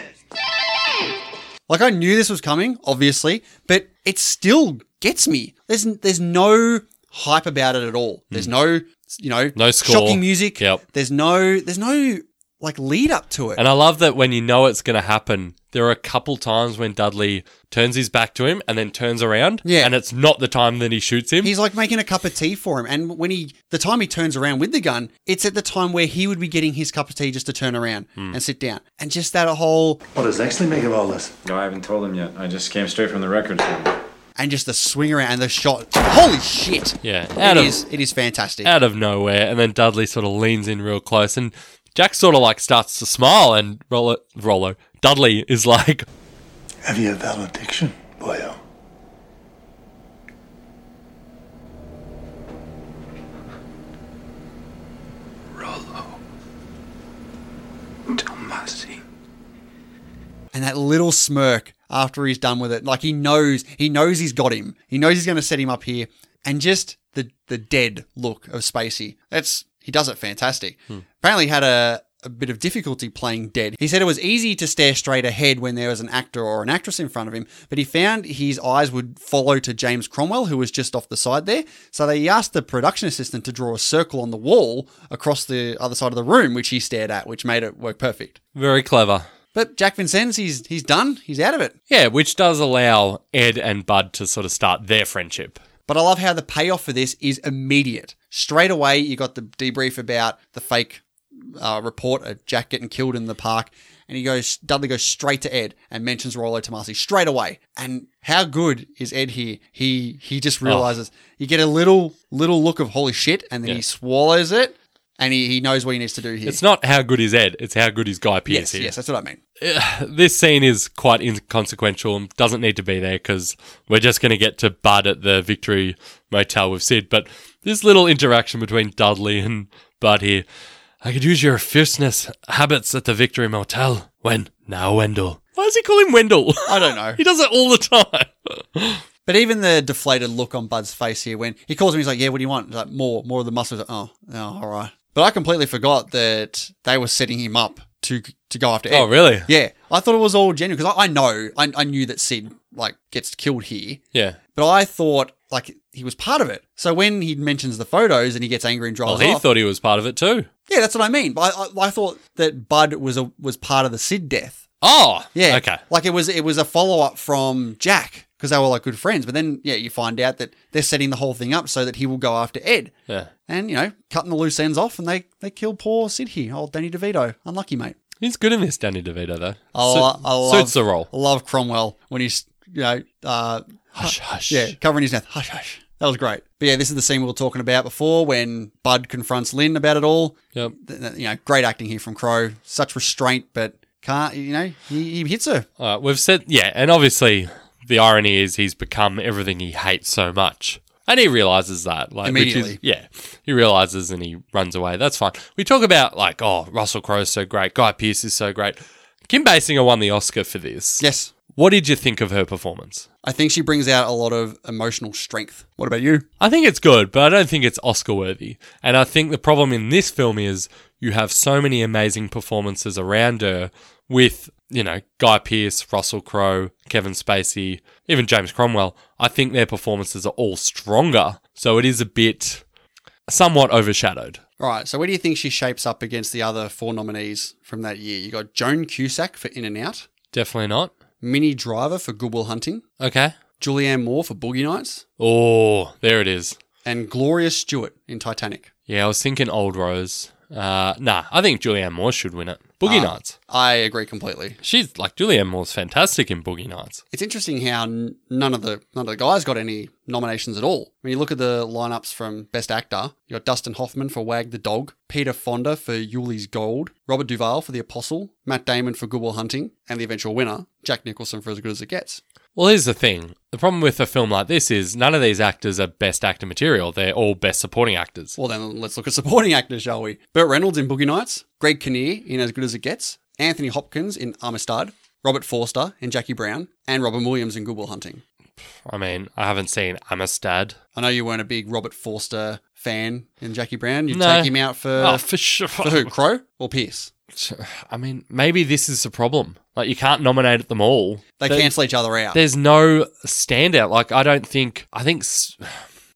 [SPEAKER 1] Like I knew this was coming, obviously, but it still gets me. There's there's no hype about it at all. There's no you know
[SPEAKER 2] Hmm. No score.
[SPEAKER 1] shocking music.
[SPEAKER 2] Yep.
[SPEAKER 1] There's no there's no like lead up to it.
[SPEAKER 2] And I love that when you know it's going to happen, there are a couple times when Dudley turns his back to him and then turns around.
[SPEAKER 1] Yeah.
[SPEAKER 2] And it's not the time that he shoots him.
[SPEAKER 1] He's like making a cup of tea for him, and when he the time he turns around with the gun, it's at the time where he would be getting his cup of tea just to turn around
[SPEAKER 2] Hmm.
[SPEAKER 1] and sit down, and just that whole
[SPEAKER 6] What does Exley make of all this?
[SPEAKER 5] No, I haven't told him yet. I just came straight from the record store.
[SPEAKER 1] and just the swing around and the shot. Holy shit!
[SPEAKER 2] Yeah,
[SPEAKER 1] it
[SPEAKER 2] Adam-
[SPEAKER 1] is. It is fantastic.
[SPEAKER 2] out of nowhere, and then Dudley sort of leans in real close, and Jack sort of like starts to smile, and Rollo, Rollo Dudley is like,
[SPEAKER 6] Have you a valediction, boyo? Rollo. Tomasi.
[SPEAKER 1] and that little smirk after he's done with it like he knows he knows he's got him he knows he's going to set him up here and just the the dead look of spacey that's he does it fantastic apparently had a a bit of difficulty playing dead. He said it was easy to stare straight ahead when there was an actor or an actress in front of him, but he found his eyes would follow to James Cromwell, who was just off the side there. So they asked the production assistant to draw a circle on the wall across the other side of the room, which he stared at, which made it work perfect.
[SPEAKER 2] very clever.
[SPEAKER 1] But Jack Vincennes, he's he's done. He's out of it.
[SPEAKER 2] Yeah, which does allow Ed and Bud to sort of start their friendship.
[SPEAKER 1] But I love how the payoff for this is immediate. Straight away, you got the debrief about the fake uh, report of Jack getting killed in the park, and he goes Dudley goes straight to Ed and mentions Rollo Tomasi straight away. And how good is Ed here? He he just realizes you get a little little look of holy shit, and then he swallows it, and he, he knows what he needs to do here.
[SPEAKER 2] It's not how good is Ed, it's how good is Guy Pearce
[SPEAKER 1] yes,
[SPEAKER 2] here.
[SPEAKER 1] yes, that's what I mean.
[SPEAKER 2] This scene is quite inconsequential and doesn't need to be there because we're just going to get to Bud at the Victory Motel with Sid. But this little interaction between Dudley and Bud here, I could use your fierceness habits at the Victory Motel. When? Now, Wendell. Why does he call him Wendell?
[SPEAKER 1] I don't know.
[SPEAKER 2] he does it all the time.
[SPEAKER 1] But even the deflated look on Bud's face here when he calls him, he's like, "Yeah, what do you want?" He's like more, more of the muscles. Like, oh, oh, all right. But I completely forgot that they were setting him up to to go after Ed.
[SPEAKER 2] Oh, really?
[SPEAKER 1] Yeah, I thought it was all genuine because I, I know I, I knew that Sid like gets killed here,
[SPEAKER 2] Yeah.
[SPEAKER 1] but I thought like he was part of it. So when he mentions the photos and he gets angry and
[SPEAKER 2] Well,
[SPEAKER 1] drives
[SPEAKER 2] Oh, he
[SPEAKER 1] off,
[SPEAKER 2] thought he was part of it too.
[SPEAKER 1] yeah, that's what I mean. But I, I, I thought that Bud was a was part of the Sid death.
[SPEAKER 2] Oh,
[SPEAKER 1] Yeah.
[SPEAKER 2] Okay.
[SPEAKER 1] Like it was it was a follow up from Jack. because they were like good friends. But then, yeah, you find out that they're setting the whole thing up so that he will go after Ed.
[SPEAKER 2] Yeah.
[SPEAKER 1] And, you know, cutting the loose ends off and they, they kill poor Sid here, old Danny DeVito. Unlucky, mate.
[SPEAKER 2] He's good in this, Danny DeVito, though.
[SPEAKER 1] I,
[SPEAKER 2] Suit-
[SPEAKER 1] lo- I love,
[SPEAKER 2] Suits the role.
[SPEAKER 1] I love Cromwell when he's, you know, uh,
[SPEAKER 2] Hush, hush.
[SPEAKER 1] yeah, covering his mouth. Hush, hush. That was great. But yeah, this is the scene we were talking about before when Bud confronts Lynn about it all.
[SPEAKER 2] Yep.
[SPEAKER 1] Th- th- You know, great acting here from Crow. Such restraint, but can't, you know, he, he hits her.
[SPEAKER 2] All right, we've said, yeah, and obviously the irony is he's become everything he hates so much. And he realizes that. Like, which is-
[SPEAKER 1] Immediately.
[SPEAKER 2] yeah, he realizes and he runs away. That's fine. We talk about, like, oh, Russell Crowe's so great. Guy Pearce is so great. Kim Basinger won the Oscar for this.
[SPEAKER 1] Yes.
[SPEAKER 2] What did you think of her performance?
[SPEAKER 1] I think she brings out a lot of emotional strength. What about you?
[SPEAKER 2] I think it's good, but I don't think it's Oscar worthy. And I think the problem in this film is you have so many amazing performances around her with, you know, Guy Pearce, Russell Crowe, Kevin Spacey, even James Cromwell. I think their performances are all stronger. So it is a bit somewhat overshadowed.
[SPEAKER 1] All right, so where do you think she shapes up against the other four nominees from that year? You got Joan Cusack for In and Out,
[SPEAKER 2] Definitely not.
[SPEAKER 1] Minnie Driver for Good Will Hunting,
[SPEAKER 2] Okay.
[SPEAKER 1] Julianne Moore for Boogie Nights,
[SPEAKER 2] Oh, there it is.
[SPEAKER 1] and Gloria Stewart in Titanic.
[SPEAKER 2] Yeah, I was thinking Old Rose. Uh, nah, I think Julianne Moore should win it. Boogie Nights.
[SPEAKER 1] I agree completely.
[SPEAKER 2] She's like Julianne Moore's fantastic in Boogie Nights.
[SPEAKER 1] It's interesting how n- none of the none of the guys got any nominations at all. When you look at the lineups from Best Actor, you got Dustin Hoffman for Wag the Dog, Peter Fonda for Yuli's Gold, Robert Duvall for The Apostle, Matt Damon for Good Will Hunting, and the eventual winner, Jack Nicholson for As Good as It Gets.
[SPEAKER 2] Well, here's the thing. The problem with a film like this is none of these actors are best actor material. They're all best supporting actors.
[SPEAKER 1] Well, then let's look at supporting actors, shall we? Burt Reynolds in Boogie Nights, Greg Kinnear in As Good as It Gets, Anthony Hopkins in Amistad, Robert Forster in Jackie Brown, and Robin Williams in Good Will Hunting.
[SPEAKER 2] I mean, I haven't seen Amistad.
[SPEAKER 1] I know you weren't a big Robert Forster fan in Jackie Brown. You'd
[SPEAKER 2] No.
[SPEAKER 1] take him out for,
[SPEAKER 2] oh, for sure.
[SPEAKER 1] for who? Crow or Pierce?
[SPEAKER 2] I mean, maybe this is the problem. Like, you can't nominate them all.
[SPEAKER 1] They
[SPEAKER 2] There-
[SPEAKER 1] cancel each other out.
[SPEAKER 2] There's no standout. Like, I don't think. I think. S- I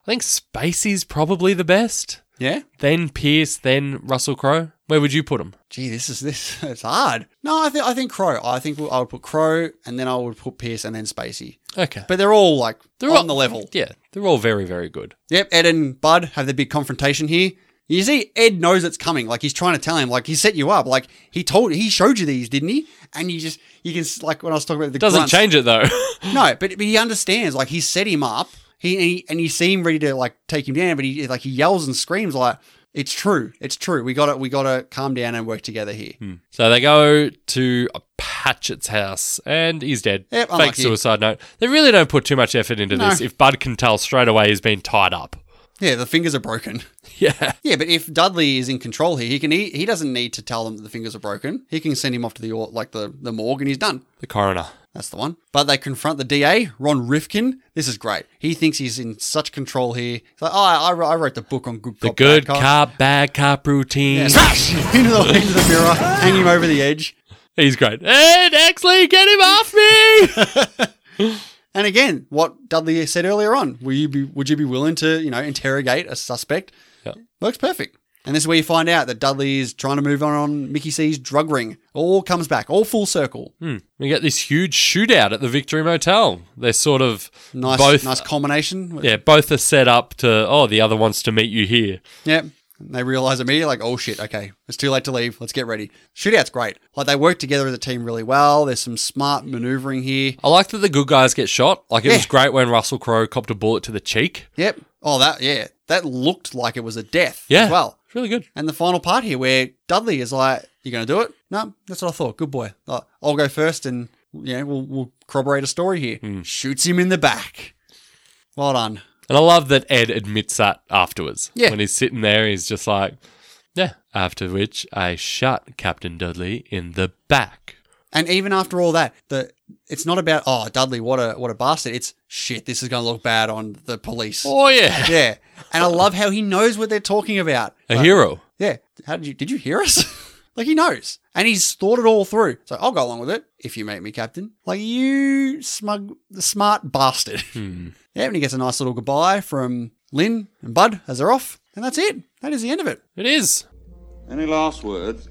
[SPEAKER 2] think Spacey's probably the best.
[SPEAKER 1] Yeah.
[SPEAKER 2] Then Pierce. Then Russell Crowe. Where would you put him?
[SPEAKER 1] Gee, this is this. It's hard. No, I think I think Crow. I think I would put Crow, and then I would put Pierce, and then Spacey.
[SPEAKER 2] Okay.
[SPEAKER 1] But they're all like
[SPEAKER 2] They're
[SPEAKER 1] on
[SPEAKER 2] all-
[SPEAKER 1] the level.
[SPEAKER 2] Yeah, they're all very, very good.
[SPEAKER 1] Yep, Ed and Bud have the big confrontation here. You see, Ed knows it's coming. Like he's trying to tell him, like he set you up. Like he told, he showed you these, didn't he? And you just, you can, s- like when I was talking about the
[SPEAKER 2] Doesn't
[SPEAKER 1] grunts.
[SPEAKER 2] change it though.
[SPEAKER 1] No, but, but he understands. Like he set him up. He, he and you see him ready to like take him down, but he like he yells and screams like, "It's true, it's true. We got to We got to calm down and work together here."
[SPEAKER 2] So they go to Patchett's house and he's dead.
[SPEAKER 1] Yep,
[SPEAKER 2] Fake
[SPEAKER 1] unlucky.
[SPEAKER 2] suicide note. They really don't put too much effort into
[SPEAKER 1] No.
[SPEAKER 2] this if Bud can tell straight away he's been tied up.
[SPEAKER 1] Yeah, the fingers are broken.
[SPEAKER 2] Yeah.
[SPEAKER 1] Yeah, but if Dudley is in control here, he can e, he, he doesn't need to tell them that the fingers are broken. He can send him off to the or- like the the morgue and he's done.
[SPEAKER 2] The coroner.
[SPEAKER 1] That's the one. But they confront the DA, Ron Rifkin. This is great. He thinks he's in such control here. He's like, oh, I, I wrote the book on good
[SPEAKER 2] The
[SPEAKER 1] cop,
[SPEAKER 2] good
[SPEAKER 1] bad
[SPEAKER 2] cop. bad cop routine.
[SPEAKER 1] Yeah, smash into the, into the mirror, hang him over the edge.
[SPEAKER 2] He's great. Ed, Exley, get him off me!
[SPEAKER 1] And again, what Dudley said earlier on, will you be, would you be willing to, you know, interrogate a suspect?
[SPEAKER 2] Yeah.
[SPEAKER 1] Works perfect. And this is where you find out that Dudley is trying to move on on Mickey C's drug ring. All comes back, all full circle.
[SPEAKER 2] we get this huge shootout at the Victory Motel. They're sort of
[SPEAKER 1] Nice,
[SPEAKER 2] both
[SPEAKER 1] nice culmination.
[SPEAKER 2] Yeah, both are set up to oh, the other wants to meet you here.
[SPEAKER 1] Yep. And they realize immediately, like, oh shit, okay, it's too late to leave. Let's get ready. Shootout's great. Like they work together as a team really well. There's some smart maneuvering here.
[SPEAKER 2] I like that the good guys get shot. Like it was
[SPEAKER 1] Yeah.
[SPEAKER 2] great when Russell Crowe copped a bullet to the cheek.
[SPEAKER 1] Yep. Oh, that yeah, that looked like it was a death.
[SPEAKER 2] Yeah.
[SPEAKER 1] As well.
[SPEAKER 2] It's really good.
[SPEAKER 1] And the final part here, where Dudley is like, "You gonna do it? No, that's what I thought. Good boy. Uh, I'll go first, and you know, we'll, we'll corroborate a story here."
[SPEAKER 2] Hmm.
[SPEAKER 1] Shoots him in the back. Well done.
[SPEAKER 2] And I love that Ed admits that afterwards.
[SPEAKER 1] Yeah.
[SPEAKER 2] When he's sitting there, he's just like, yeah. After which I shot Captain Dudley in the back.
[SPEAKER 1] And even after all that, the it's not about oh Dudley, what a what a bastard. It's shit. This is gonna look bad on the police.
[SPEAKER 2] Oh, yeah.
[SPEAKER 1] Yeah, and I love how he knows what they're talking about.
[SPEAKER 2] A
[SPEAKER 1] Like,
[SPEAKER 2] hero.
[SPEAKER 1] Yeah. How did you? Did you hear us? like he knows, and he's thought it all through. So I'll go along with it if you make me captain. Like you smug, smart bastard. Yeah, and he gets a nice little goodbye from Lynn and Bud as they're off, and that's it. That is the end of it.
[SPEAKER 2] It is.
[SPEAKER 5] Any last words?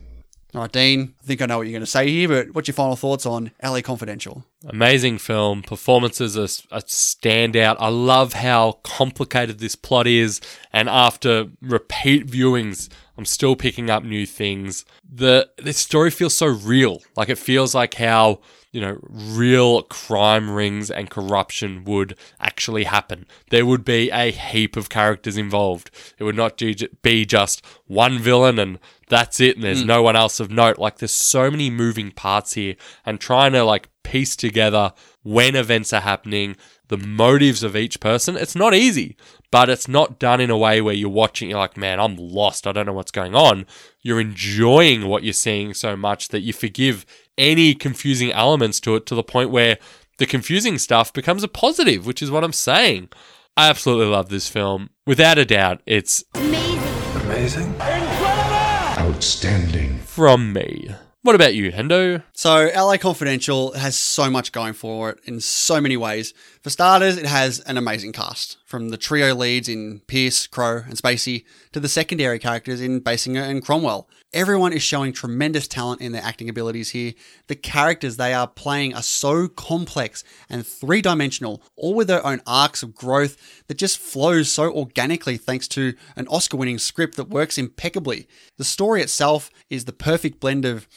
[SPEAKER 1] All right, Dean, I think I know what you're going to say here, but what's your final thoughts on LA Confidential?
[SPEAKER 2] Amazing film. Performances are s- a standout. I love how complicated this plot is. And after repeat viewings, I'm still picking up new things. The this story feels so real. Like it feels like how, you know, real crime rings and corruption would actually happen. There would be a heap of characters involved. It would not ju- be just one villain and that's it and there's no one else of note like there's so many moving parts here and trying to like piece together when events are happening the motives of each person it's not easy but it's not done in a way where you're watching you're like man i'm lost i don't know what's going on you're enjoying what you're seeing so much that you forgive any confusing elements to it to the point where the confusing stuff becomes a positive which is what i'm saying i absolutely love this film without a doubt it's
[SPEAKER 6] Amazing. Outstanding.
[SPEAKER 2] from me what about you hendo
[SPEAKER 1] So, LA Confidential has so much going for it in so many ways. For starters, it has an amazing cast from the trio leads in Pierce, Crow, and Spacey to the secondary characters in Basinger and Cromwell. Everyone is showing tremendous talent in their acting abilities here. The characters they are playing are so complex and three dimensional, all with their own arcs of growth that just flows so organically thanks to an Oscar winning script that works impeccably. The story itself is the perfect blend of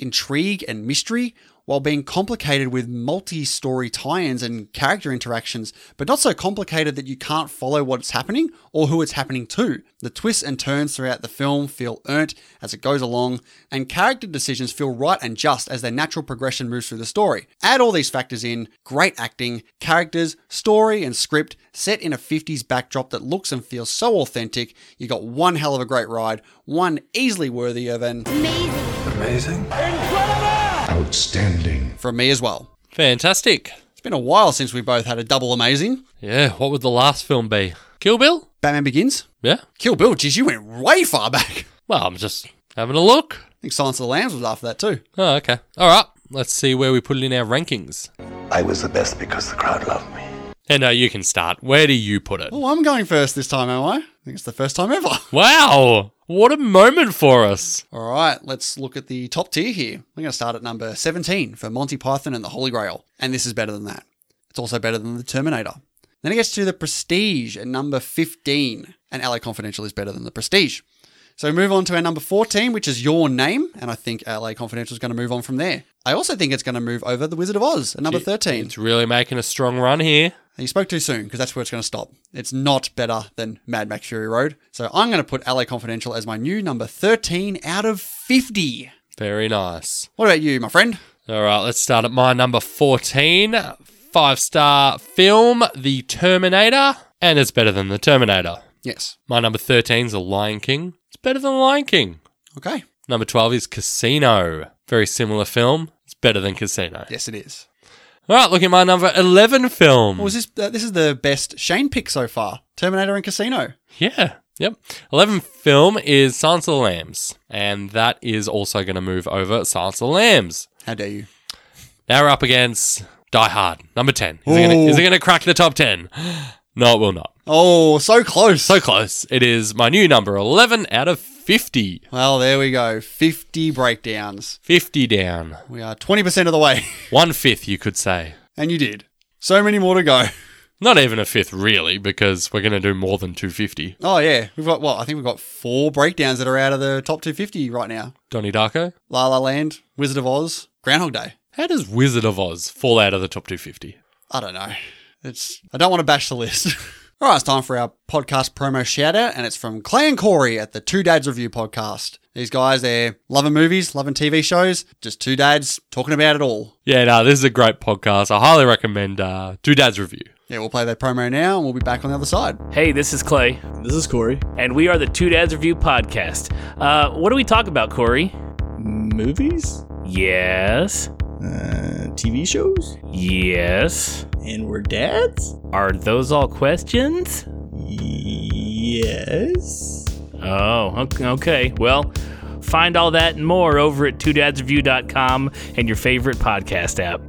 [SPEAKER 1] intrigue and mystery while being complicated with multi-story tie-ins and character interactions but not so complicated that you can't follow what's happening or who it's happening to the twists and turns throughout the film feel earned as it goes along and character decisions feel right and just as their natural progression moves through the story add all these factors in great acting characters story and script set in a 50s backdrop that looks and feels so authentic you got one hell of a great ride one easily worthy of an
[SPEAKER 6] Amazing. Outstanding.
[SPEAKER 1] from me as well
[SPEAKER 2] fantastic
[SPEAKER 1] It's been a while since we both had a double amazing.
[SPEAKER 2] Yeah, what would the last film be? Kill Bill?
[SPEAKER 1] Batman Begins.
[SPEAKER 2] Yeah.
[SPEAKER 1] Kill Bill, geez, you went way far back.
[SPEAKER 2] Well, I'm just having a look.
[SPEAKER 1] I think Silence of the Lambs was after that too.
[SPEAKER 2] Oh, okay. All right. Let's see where we put it in our rankings.
[SPEAKER 4] I was the best because the crowd loved me.
[SPEAKER 2] And now you can start. Where do you put it?
[SPEAKER 1] Oh, I'm going first this time, am I? I think it's the first time ever.
[SPEAKER 2] Wow. What a moment for us.
[SPEAKER 1] All right, let's look at the top tier here. I'm going to start at number 17 for Monty Python and the Holy Grail. And this is better than that. It's also better than The Terminator. Then it gets to The Prestige at number 15. And LA Confidential is better than The Prestige. So we move on to our number 14, which is Your Name. And I think LA Confidential is going to move on from there. I also think it's going to move over The Wizard of Oz at number 13.
[SPEAKER 2] It's really making a strong run here.
[SPEAKER 1] You spoke too soon because that's where it's going to stop. It's not better than Mad Max Fury Road. So I'm going to put LA Confidential as my new number 13 out of 50.
[SPEAKER 2] Very nice.
[SPEAKER 1] What about you, my friend?
[SPEAKER 2] All right. Let's start at my number 14 five star film, The Terminator. And it's better than The Terminator.
[SPEAKER 1] Yes.
[SPEAKER 2] My number 13 is The Lion King. It's better than The Lion King.
[SPEAKER 1] Okay.
[SPEAKER 2] Number 12 is Casino. Very similar film. It's better than Casino.
[SPEAKER 1] Yes, it is.
[SPEAKER 2] All right, look at my number 11 film.
[SPEAKER 1] Well, is this uh, this is the best Shane pick so far? Terminator and Casino.
[SPEAKER 2] yeah. Yep. 11 film is Silence of the Lambs. And that is also going to move over Silence of the Lambs.
[SPEAKER 1] How dare you?
[SPEAKER 2] Now we're up against Die Hard, number 10. Is it gonna-
[SPEAKER 1] Ooh.
[SPEAKER 2] is it going to crack the top 10? No, it will not.
[SPEAKER 1] Oh, so close.
[SPEAKER 2] So close. It is my new number 11 out of 50.
[SPEAKER 1] well, there we go. 50 breakdowns.
[SPEAKER 2] 50 down.
[SPEAKER 1] We are 20% of the way.
[SPEAKER 2] One fifth, you could say.
[SPEAKER 1] and you did. So many more to go.
[SPEAKER 2] Not even a fifth, really, because we're going to do more than 250.
[SPEAKER 1] Oh, yeah. We've got, well, I think we've got four breakdowns that are out of the top 250 right now
[SPEAKER 2] Donnie Darko?
[SPEAKER 1] La La Land, Wizard of Oz, Groundhog Day.
[SPEAKER 2] How does Wizard of Oz fall out of the top 250?
[SPEAKER 1] I don't know. It's I don't want to bash the list. All right, it's time for our podcast promo shout out, and it's from Clay and Corey at the Two Dads Review Podcast. These guys, they're loving movies, loving TV shows, just two dads talking about it all.
[SPEAKER 2] Yeah, no, this is a great podcast. I highly recommend uh, Two Dads Review.
[SPEAKER 1] Yeah, we'll play that promo now, and we'll be back on the other side.
[SPEAKER 10] Hey, this is Clay,
[SPEAKER 8] This is Corey.
[SPEAKER 10] and we are the Two Dads Review Podcast. Uh, what do we talk about, Corey?
[SPEAKER 8] Movies?
[SPEAKER 10] Yes.
[SPEAKER 8] Uh, TV shows?
[SPEAKER 10] Yes.
[SPEAKER 8] And we're dads?
[SPEAKER 10] Are those all questions?
[SPEAKER 8] Yes.
[SPEAKER 10] Oh, ok- okay. Well, find all that and more over at twodad'sreview.com and your favorite podcast app.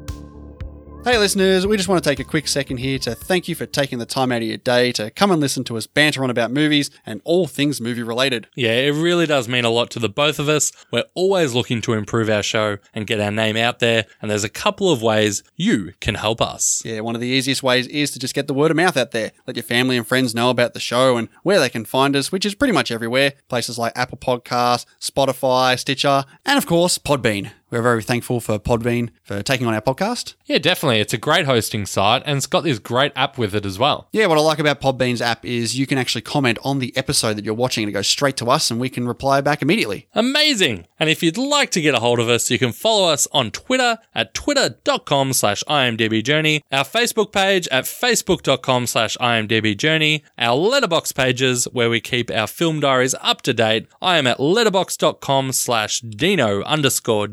[SPEAKER 1] Hey, listeners, we just want to take a quick second here to thank you for taking the time out of your day to come and listen to us banter on about movies and all things movie related.
[SPEAKER 2] Yeah, it really does mean a lot to the both of us. We're always looking to improve our show and get our name out there, and there's a couple of ways you can help us.
[SPEAKER 1] Yeah, one of the easiest ways is to just get the word of mouth out there. Let your family and friends know about the show and where they can find us, which is pretty much everywhere places like Apple Podcasts, Spotify, Stitcher, and of course, Podbean. We're very thankful for Podbean for taking on our podcast.
[SPEAKER 2] Yeah, definitely. It's a great hosting site, and it's got this great app with it as well.
[SPEAKER 1] Yeah, what I like about Podbean's app is you can actually comment on the episode that you're watching and it goes straight to us and we can reply back immediately.
[SPEAKER 2] Amazing! And if you'd like to get a hold of us, you can follow us on Twitter at twitter.com slash imdbjourney, our Facebook page at facebook.com slash imdbjourney, our letterbox pages where we keep our film diaries up to date. I am at letterbox.com slash dino underscore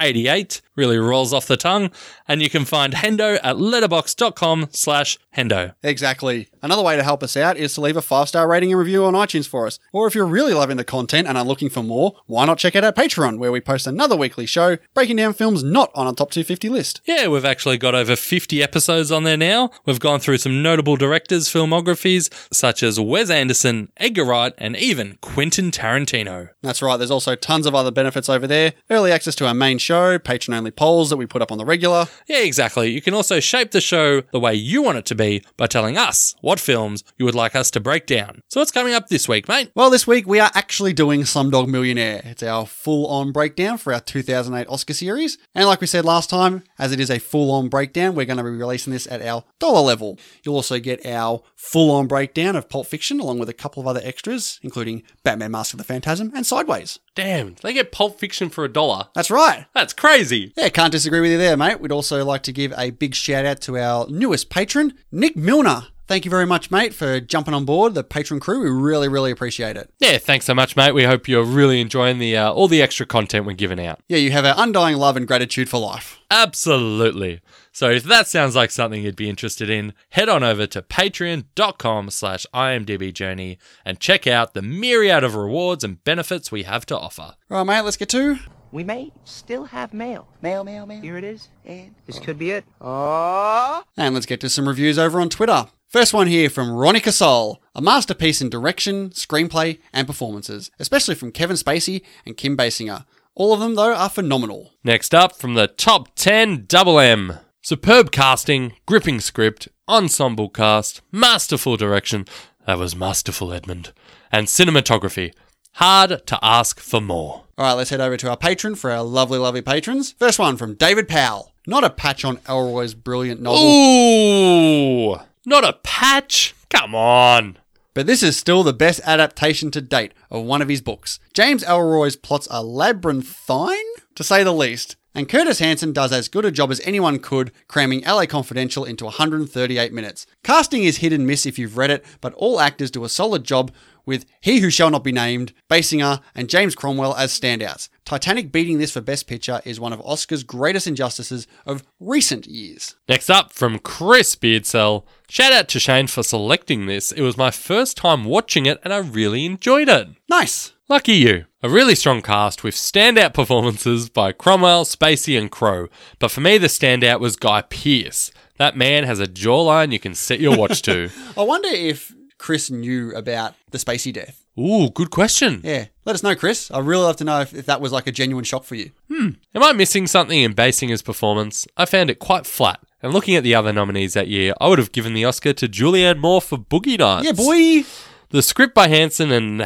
[SPEAKER 2] j88, really rolls off the tongue, and you can find Hendo at letterbox.com slash Hendo.
[SPEAKER 1] Exactly. Another way to help us out is to leave a five star rating and review on iTunes for us. Or if you're really loving the content and are looking for more, why not check out our Patreon, where we post another weekly show breaking down films not on our top 250 list.
[SPEAKER 2] Yeah, we've actually got over 50 episodes on there now. We've gone through some notable directors' filmographies, such as Wes Anderson, Edgar Wright, and even Quentin Tarantino.
[SPEAKER 1] That's right, there's also tons of other benefits over there early access to our main show, patron only polls that we put up on the regular.
[SPEAKER 2] Yeah, exactly. You can also shape the show the way you want it to be by telling us what films you would like us to break down. So, what's coming up this week, mate?
[SPEAKER 1] Well, this week we are actually doing Slumdog Millionaire. It's our full on breakdown for our 2008 Oscar series. And like we said last time, as it is a full on breakdown, we're going to be releasing this at our dollar level. You'll also get our full on breakdown of Pulp Fiction along with a couple of other extras, including Batman Mask of the Phantasm and Sideways.
[SPEAKER 2] Damn, they get Pulp Fiction for a dollar.
[SPEAKER 1] That's right.
[SPEAKER 2] That's crazy.
[SPEAKER 1] Yeah, can't disagree with you there, mate. We'd also like to give a big shout out to our newest patron, Nick Milner. Thank you very much, mate, for jumping on board the patron crew. We really, really appreciate it.
[SPEAKER 2] Yeah, thanks so much, mate. We hope you're really enjoying the uh, all the extra content we're giving out.
[SPEAKER 1] Yeah, you have our undying love and gratitude for life.
[SPEAKER 2] Absolutely. So if that sounds like something you'd be interested in, head on over to patreon.com slash imdbjourney and check out the myriad of rewards and benefits we have to offer.
[SPEAKER 1] All right, mate, let's get to.
[SPEAKER 11] We may still have mail.
[SPEAKER 3] Mail, mail, mail.
[SPEAKER 11] Here it is. And this could be it. Oh!
[SPEAKER 1] And let's get to some reviews over on Twitter. First one here from Ronnie Casol, a masterpiece in direction, screenplay, and performances, especially from Kevin Spacey and Kim Basinger. All of them, though, are phenomenal.
[SPEAKER 2] Next up from the top 10 double M. Superb casting, gripping script, ensemble cast, masterful direction. That was masterful, Edmund. And cinematography. Hard to ask for more.
[SPEAKER 1] All right, let's head over to our patron for our lovely, lovely patrons. First one from David Powell. Not a patch on Elroy's brilliant novel,
[SPEAKER 2] Ooh, not a patch? Come on.
[SPEAKER 1] but this is still the best adaptation to date of one of his books. James Elroy's plots are labyrinthine, to say the least, and Curtis Hanson does as good a job as anyone could, cramming LA Confidential into 138 minutes. Casting is hit and miss if you've read it, but all actors do a solid job with He Who Shall Not Be Named, Basinger, and James Cromwell as standouts. Titanic beating this for Best Picture is one of Oscar's greatest injustices of recent years.
[SPEAKER 2] Next up from Chris Beardsell. Shout out to Shane for selecting this. It was my first time watching it and I really enjoyed it.
[SPEAKER 1] Nice!
[SPEAKER 2] Lucky you. A really strong cast with standout performances by Cromwell, Spacey, and Crow. But for me, the standout was Guy Pearce. That man has a jawline you can set your watch to.
[SPEAKER 1] I wonder if Chris knew about the Spacey death.
[SPEAKER 2] Ooh, good question.
[SPEAKER 1] Yeah, let us know, Chris. I'd really love to know if, if that was like a genuine shock for you.
[SPEAKER 2] Am I missing something in Basinger's performance? I found it quite flat. And looking at the other nominees that year, I would have given the Oscar to Julianne Moore for Boogie Nights.
[SPEAKER 1] Yeah, boy.
[SPEAKER 2] The script by Hanson and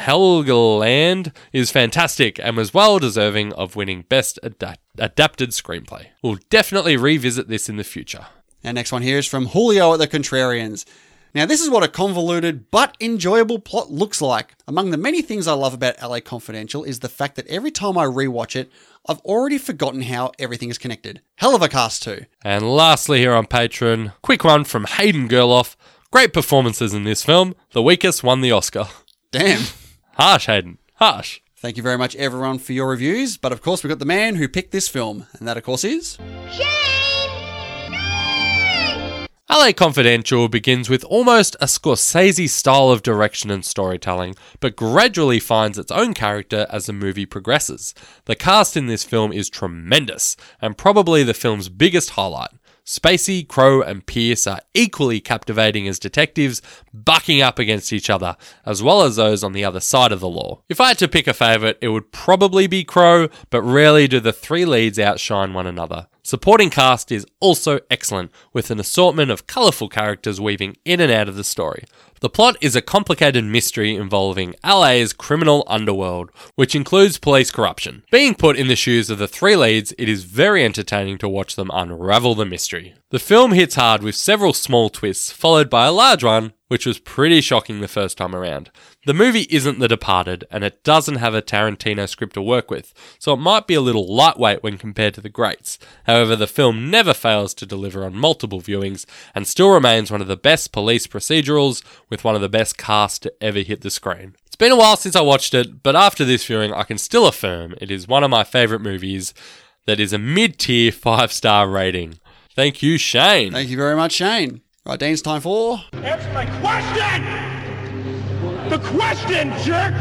[SPEAKER 2] Helgeland is fantastic and was well deserving of winning Best Ada- Adapted Screenplay. We'll definitely revisit this in the future.
[SPEAKER 1] Our next one here is from Julio at the Contrarians. Now, this is what a convoluted but enjoyable plot looks like. Among the many things I love about LA Confidential is the fact that every time I rewatch it, I've already forgotten how everything is connected. Hell of a cast, too.
[SPEAKER 2] And lastly, here on Patreon, quick one from Hayden Gerloff. Great performances in this film. The weakest won the Oscar.
[SPEAKER 1] Damn.
[SPEAKER 2] Harsh, Hayden. Harsh.
[SPEAKER 1] Thank you very much, everyone, for your reviews. But of course, we've got the man who picked this film, and that, of course, is.
[SPEAKER 2] LA Confidential begins with almost a Scorsese style of direction and storytelling, but gradually finds its own character as the movie progresses. The cast in this film is tremendous, and probably the film's biggest highlight. Spacey, Crow, and Pierce are equally captivating as detectives, bucking up against each other, as well as those on the other side of the law. If I had to pick a favourite, it would probably be Crow, but rarely do the three leads outshine one another. Supporting cast is also excellent, with an assortment of colourful characters weaving in and out of the story. The plot is a complicated mystery involving LA's criminal underworld, which includes police corruption. Being put in the shoes of the three leads, it is very entertaining to watch them unravel the mystery. The film hits hard with several small twists, followed by a large one, which was pretty shocking the first time around. The movie isn't The Departed, and it doesn't have a Tarantino script to work with, so it might be a little lightweight when compared to the greats. However, the film never fails to deliver on multiple viewings and still remains one of the best police procedurals with one of the best casts to ever hit the screen. It's been a while since I watched it, but after this viewing, I can still affirm it is one of my favourite movies that is a mid tier five star rating. Thank you, Shane.
[SPEAKER 1] Thank you very much, Shane. Right, Dean's time for.
[SPEAKER 12] Answer my question! The question, jerk!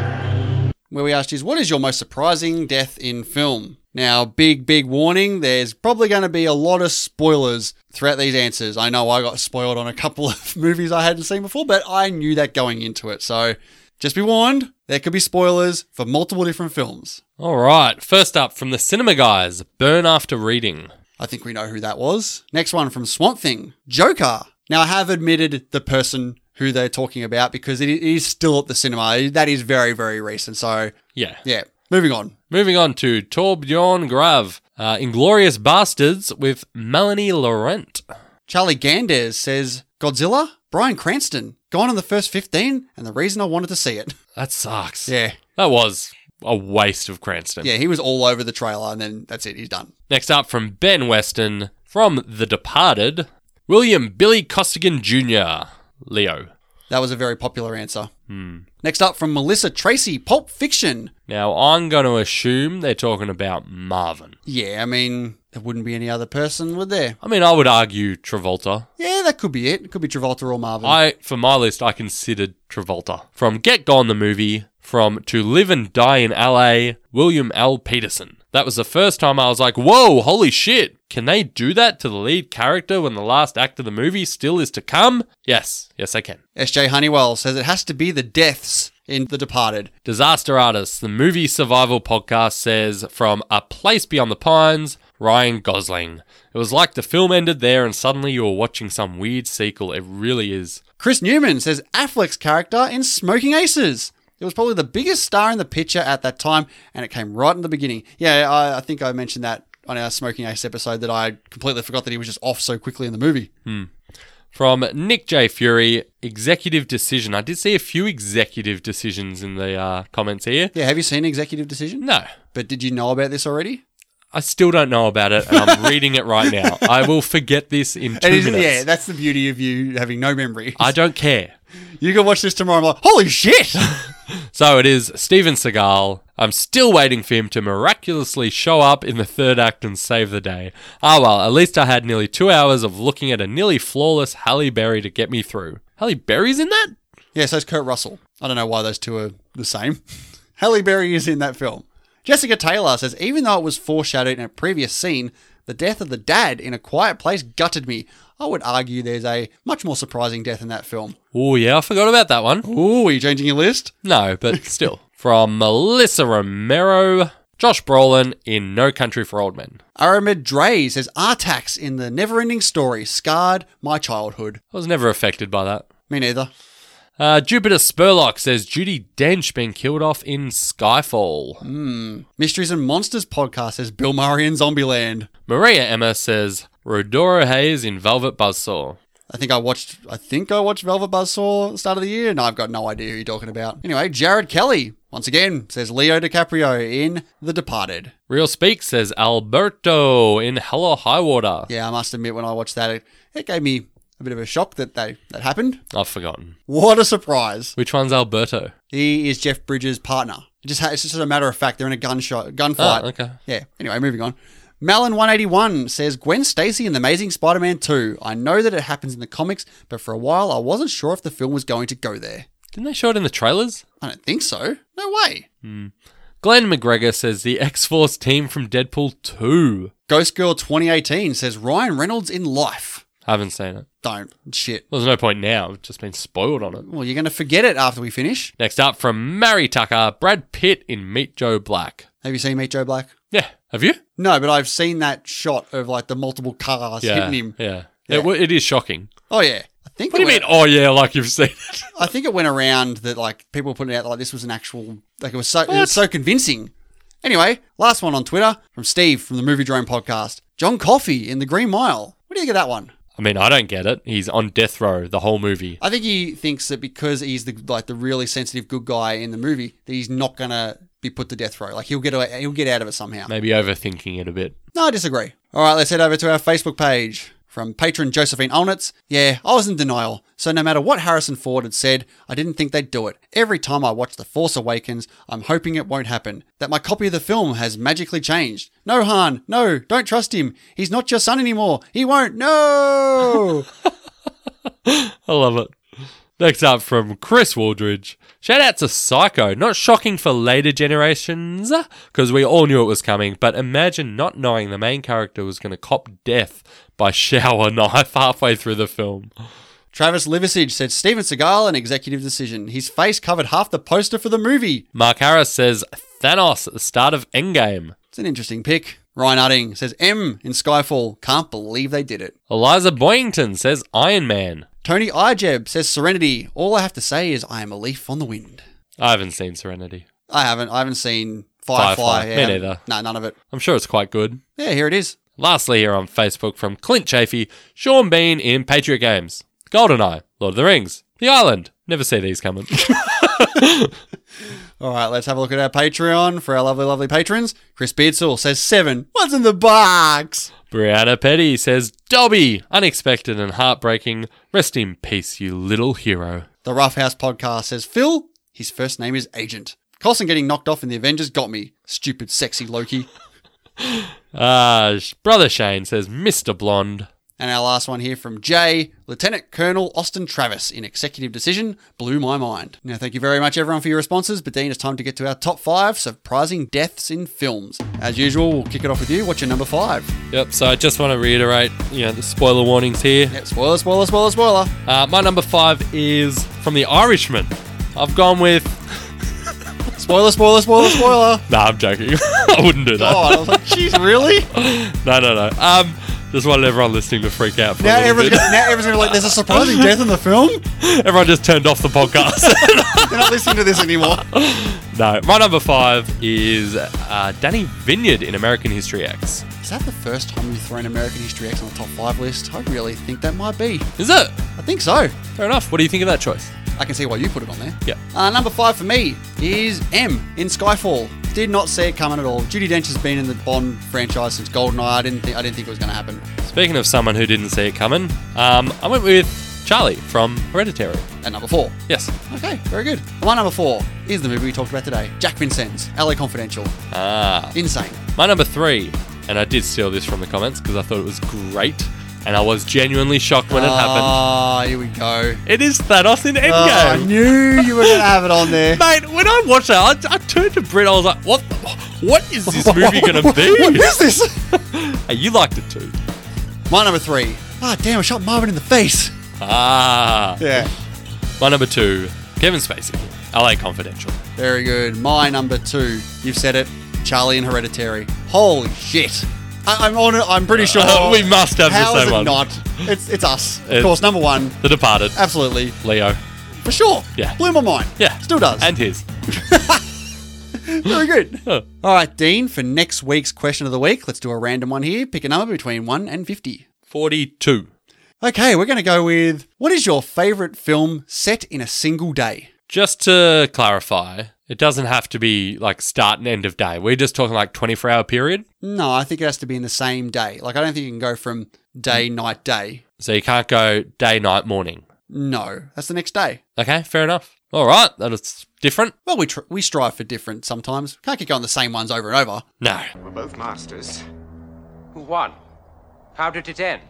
[SPEAKER 1] where we asked is what is your most surprising death in film? Now, big, big warning, there's probably going to be a lot of spoilers throughout these answers. I know I got spoiled on a couple of movies I hadn't seen before, but I knew that going into it. So just be warned, there could be spoilers for multiple different films.
[SPEAKER 2] All right, first up from the cinema guys Burn After Reading.
[SPEAKER 1] I think we know who that was. Next one from Swamp Thing Joker. Now, I have admitted the person who they're talking about because it is still at the cinema. That is very, very recent. So,
[SPEAKER 2] Yeah.
[SPEAKER 1] yeah, moving on.
[SPEAKER 2] Moving on to Torbjorn Grav, uh, Inglorious Bastards with Melanie Laurent.
[SPEAKER 1] Charlie Gandez says Godzilla, Brian Cranston, gone in the first 15, and the reason I wanted to see it.
[SPEAKER 2] That sucks.
[SPEAKER 1] Yeah.
[SPEAKER 2] That was a waste of Cranston.
[SPEAKER 1] Yeah, he was all over the trailer, and then that's it, he's done.
[SPEAKER 2] Next up from Ben Weston from The Departed, William Billy Costigan Jr., Leo.
[SPEAKER 1] That was a very popular answer. Next up from Melissa Tracy, Pulp Fiction.
[SPEAKER 2] Now, I'm going to assume they're talking about Marvin.
[SPEAKER 1] Yeah, I mean, there wouldn't be any other person, would there?
[SPEAKER 2] I mean, I would argue Travolta.
[SPEAKER 1] Yeah, that could be it. It could be Travolta or Marvin.
[SPEAKER 2] I, for my list, I considered Travolta. From Get Gone the movie, from To Live and Die in LA, William L. Peterson. That was the first time I was like, whoa, holy shit. Can they do that to the lead character when the last act of the movie still is to come? Yes, yes, they can.
[SPEAKER 1] SJ Honeywell says it has to be the deaths in The Departed.
[SPEAKER 2] Disaster Artists, the movie survival podcast, says from A Place Beyond the Pines, Ryan Gosling. It was like the film ended there and suddenly you were watching some weird sequel. It really is.
[SPEAKER 1] Chris Newman says Affleck's character in Smoking Aces. It was probably the biggest star in the picture at that time, and it came right in the beginning. Yeah, I, I think I mentioned that on our Smoking Ace episode that I completely forgot that he was just off so quickly in the movie.
[SPEAKER 2] From Nick J. Fury, executive decision. I did see a few executive decisions in the uh, comments here.
[SPEAKER 1] Yeah, have you seen Executive Decision?
[SPEAKER 2] No,
[SPEAKER 1] But did you know about this already?
[SPEAKER 2] I still don't know about it, and I'm reading it right now. I will forget this in two
[SPEAKER 1] It is-
[SPEAKER 2] minutes.
[SPEAKER 1] yeah, that's the beauty of you having no memory.
[SPEAKER 2] I don't care.
[SPEAKER 1] you can watch this tomorrow. I'm like, holy shit!
[SPEAKER 2] So it is Steven Seagal. I'm still waiting for him to miraculously show up in the third act and save the day. Ah, well, at least I had nearly two hours of looking at a nearly flawless Halle Berry to get me through. Halle Berry's in that?
[SPEAKER 1] yeah, so it's Kurt Russell. I don't know why those two are the same. Halle Berry is in that film. Jessica Taylor says, even though it was foreshadowed in a previous scene, the death of the dad in a quiet place gutted me. I would argue there's a much more surprising death in that film.
[SPEAKER 2] Oh, yeah, I forgot about that one.
[SPEAKER 1] Ooh, are you changing your list?
[SPEAKER 2] No, but still. From Melissa Romero, Josh Brolin in No Country for Old Men.
[SPEAKER 1] Aramid Dre says, Artax in the never-ending story scarred my childhood.
[SPEAKER 2] I was never affected by that.
[SPEAKER 1] Me neither.
[SPEAKER 2] Uh, Jupiter Spurlock says Judy Dench being killed off in Skyfall.
[SPEAKER 1] Mysteries and Monsters podcast says Bill Murray in Zombieland.
[SPEAKER 2] Maria Emma says Rodora Hayes in Velvet Buzzsaw.
[SPEAKER 1] I think I watched. I think I watched Velvet Buzzsaw at the start of the year, and I've got no idea who you're talking about. Anyway, Jared Kelly once again says Leo DiCaprio in The Departed.
[SPEAKER 2] Real Speak says Alberto in Hello High Water.
[SPEAKER 1] Yeah, I must admit, when I watched that, it, it gave me a bit of a shock that they, that happened.
[SPEAKER 2] I've forgotten.
[SPEAKER 1] What a surprise!
[SPEAKER 2] Which one's Alberto?
[SPEAKER 1] He is Jeff Bridges' partner. It just ha- it's just a matter of fact. They're in a gunshot gunfight.
[SPEAKER 2] Oh, okay.
[SPEAKER 1] Yeah. Anyway, moving on. Malin181 says Gwen Stacy in The Amazing Spider-Man 2. I know that it happens in the comics, but for a while I wasn't sure if the film was going to go there.
[SPEAKER 2] Didn't they show it in the trailers?
[SPEAKER 1] I don't think so. No way.
[SPEAKER 2] Glenn McGregor says the X Force team from Deadpool 2.
[SPEAKER 1] Ghost Girl 2018 says Ryan Reynolds in life.
[SPEAKER 2] Haven't seen it.
[SPEAKER 1] Don't. Shit.
[SPEAKER 2] There's no point now. I've just been spoiled on it.
[SPEAKER 1] Well, you're going to forget it after we finish.
[SPEAKER 2] Next up from Mary Tucker, Brad Pitt in Meet Joe Black.
[SPEAKER 1] Have you seen Meet Joe Black?
[SPEAKER 2] Yeah. Have you?
[SPEAKER 1] No, but I've seen that shot of like the multiple cars
[SPEAKER 2] Yeah.
[SPEAKER 1] hitting him.
[SPEAKER 2] Yeah.
[SPEAKER 1] Yeah.
[SPEAKER 2] It, w- it is shocking.
[SPEAKER 1] Oh, yeah. I think
[SPEAKER 2] What
[SPEAKER 1] it
[SPEAKER 2] do you mean?
[SPEAKER 1] went-
[SPEAKER 2] Oh, yeah, like you've seen it.
[SPEAKER 1] I think it went around that like people were putting it out like this was an actual like it was so it was so convincing. Anyway, last one on Twitter from Steve from the Movie Drone podcast. John Coffey in The Green Mile. What do you get that one?
[SPEAKER 2] I mean, I don't get it. He's on death row the whole movie.
[SPEAKER 1] I think he thinks that because he's the like the really sensitive good guy in the movie that he's not gonna be put to death row. Like he'll get away, he'll get out of it somehow.
[SPEAKER 2] Maybe overthinking it a bit.
[SPEAKER 1] No, I disagree. All right, let's head over to our Facebook page from patron Josephine Olnitz. Yeah, I was in denial. So no matter what Harrison Ford had said, I didn't think they'd do it. Every time I watch The Force Awakens, I'm hoping it won't happen. That my copy of the film has magically changed. No, Han, no, don't trust him. He's not your son anymore. He won't. No.
[SPEAKER 2] I love it. Next up from Chris Waldridge. Shout out to Psycho. Not shocking for later generations, because we all knew it was coming, but imagine not knowing the main character was going to cop death by shower knife halfway through the film.
[SPEAKER 1] Travis Liversidge said Steven Seagal an executive decision. His face covered half the poster for the movie.
[SPEAKER 2] Mark Harris says Thanos at the start of Endgame.
[SPEAKER 1] It's an interesting pick. Ryan Udding says M in Skyfall. Can't believe they did it.
[SPEAKER 2] Eliza Boyington says Iron Man.
[SPEAKER 1] Tony Ijeb says Serenity. All I have to say is I am a leaf on the wind.
[SPEAKER 2] I haven't seen Serenity.
[SPEAKER 1] I haven't. I haven't seen Firefly.
[SPEAKER 2] Firefly.
[SPEAKER 1] Yeah,
[SPEAKER 2] Me
[SPEAKER 1] haven't-
[SPEAKER 2] neither.
[SPEAKER 1] No, none of it.
[SPEAKER 2] I'm sure it's quite good.
[SPEAKER 1] Yeah, here it is.
[SPEAKER 2] Lastly, here on Facebook from Clint Chafee, Sean Bean in Patriot Games, Goldeneye, Lord of the Rings, The Island. Never see these coming.
[SPEAKER 1] All right, let's have a look at our Patreon for our lovely, lovely patrons. Chris Beardsall says seven. What's in the box?
[SPEAKER 2] Brianna Petty says, Dobby, unexpected and heartbreaking. Rest in peace, you little hero.
[SPEAKER 1] The Rough House podcast says Phil. His first name is Agent. Coulson getting knocked off in the Avengers got me. Stupid, sexy Loki.
[SPEAKER 2] Ah, Sh- Brother Shane says, Mr. Blonde.
[SPEAKER 1] And our last one here from Jay, Lieutenant Colonel Austin Travis in Executive Decision, blew my mind. Now, thank you very much, everyone, for your responses. But Dean, it's time to get to our top five surprising deaths in films. As usual, we'll kick it off with you. What's your number five?
[SPEAKER 2] Yep, so I just want to reiterate, you know, the spoiler warnings here.
[SPEAKER 1] Yep, Eh, spoiler, spoiler, spoiler, spoiler.
[SPEAKER 2] Uh, my number five is from The Irishman. I've gone with.
[SPEAKER 1] Spoiler, spoiler, spoiler, spoiler.
[SPEAKER 2] Nah, I'm joking. I wouldn't do that.
[SPEAKER 1] Oh, and I was like, jeez, really?
[SPEAKER 2] No, no, no. Um, just wanted everyone listening to freak out. For
[SPEAKER 1] Now
[SPEAKER 2] a little
[SPEAKER 1] everyone's,
[SPEAKER 2] bit.
[SPEAKER 1] gonna, now everyone's gonna be like, there's a surprising death in the film?
[SPEAKER 2] everyone just turned off the podcast.
[SPEAKER 1] They're not listening to this anymore.
[SPEAKER 2] no, my number five is uh, Danny Vineyard in American History X.
[SPEAKER 1] Is that the first time you've thrown American History X on the top five list? I really think that might be.
[SPEAKER 2] Is it?
[SPEAKER 1] I think so.
[SPEAKER 2] Fair enough. What do you think of that choice?
[SPEAKER 1] I can see why you put it on there.
[SPEAKER 2] Yeah.
[SPEAKER 1] Uh, number five for me is M in Skyfall. Did not see it coming at all. Judy Dench has been in the Bond franchise since GoldenEye. I didn't think I didn't think it was going to happen.
[SPEAKER 2] Speaking of someone who didn't see it coming, um, I went with Charlie from Hereditary.
[SPEAKER 1] At number four.
[SPEAKER 2] Yes.
[SPEAKER 1] Okay, very good. My number four is the movie we talked about today. Jack Vincennes, LA Confidential.
[SPEAKER 2] Ah.
[SPEAKER 1] Insane.
[SPEAKER 2] My number three, and I did steal this from the comments because I thought it was great, and I was genuinely shocked when it happened.
[SPEAKER 1] Ah, here we go.
[SPEAKER 2] It is Thanos in
[SPEAKER 1] Oh, I
[SPEAKER 2] Endgame.
[SPEAKER 1] knew you were going to have it on there.
[SPEAKER 2] Mate, when I watched that, I, I turned to Britt. I was like, "What? the- What is this movie gonna be?"
[SPEAKER 1] what is this?
[SPEAKER 2] Hey, you liked it too.
[SPEAKER 1] My number three. Ah, damn, I shot Marvin in the face.
[SPEAKER 2] Ah.
[SPEAKER 1] Yeah.
[SPEAKER 2] My number two, Kevin Spacey, LA Confidential.
[SPEAKER 1] Very good. My number two. You've said it. Charlie and Hereditary. Holy shit. I, I'm on. it. I'm pretty sure
[SPEAKER 2] Uh, we must have the
[SPEAKER 1] How
[SPEAKER 2] same
[SPEAKER 1] is it
[SPEAKER 2] one.
[SPEAKER 1] Not. It's it's us. Of
[SPEAKER 2] It's-
[SPEAKER 1] course, number one.
[SPEAKER 2] The Departed.
[SPEAKER 1] Absolutely,
[SPEAKER 2] Leo.
[SPEAKER 1] for sure.
[SPEAKER 2] Yeah.
[SPEAKER 1] Blew my mind.
[SPEAKER 2] Yeah.
[SPEAKER 1] Still does.
[SPEAKER 2] And his.
[SPEAKER 1] very good.
[SPEAKER 2] Huh.
[SPEAKER 1] All right, Dean. For next week's question of the week, let's do a random one here. Pick a number between one and fifty.
[SPEAKER 2] 42.
[SPEAKER 1] Okay, we're going to go with what is your favorite film set in a single day?
[SPEAKER 2] Just to clarify, it doesn't have to be like start and end of day. We're just talking like 24 hour period.
[SPEAKER 1] No, I think it has to be in the same day. Like I don't think you can go from day, night, day.
[SPEAKER 2] So you can't go day, night, morning.
[SPEAKER 1] No, that's the next day.
[SPEAKER 2] Okay, fair enough. All right, that is different.
[SPEAKER 1] Well, we tr- we strive for different sometimes. Can't keep going the same ones over and over.
[SPEAKER 2] No.
[SPEAKER 5] We're both masters.
[SPEAKER 11] Who won? How did it end?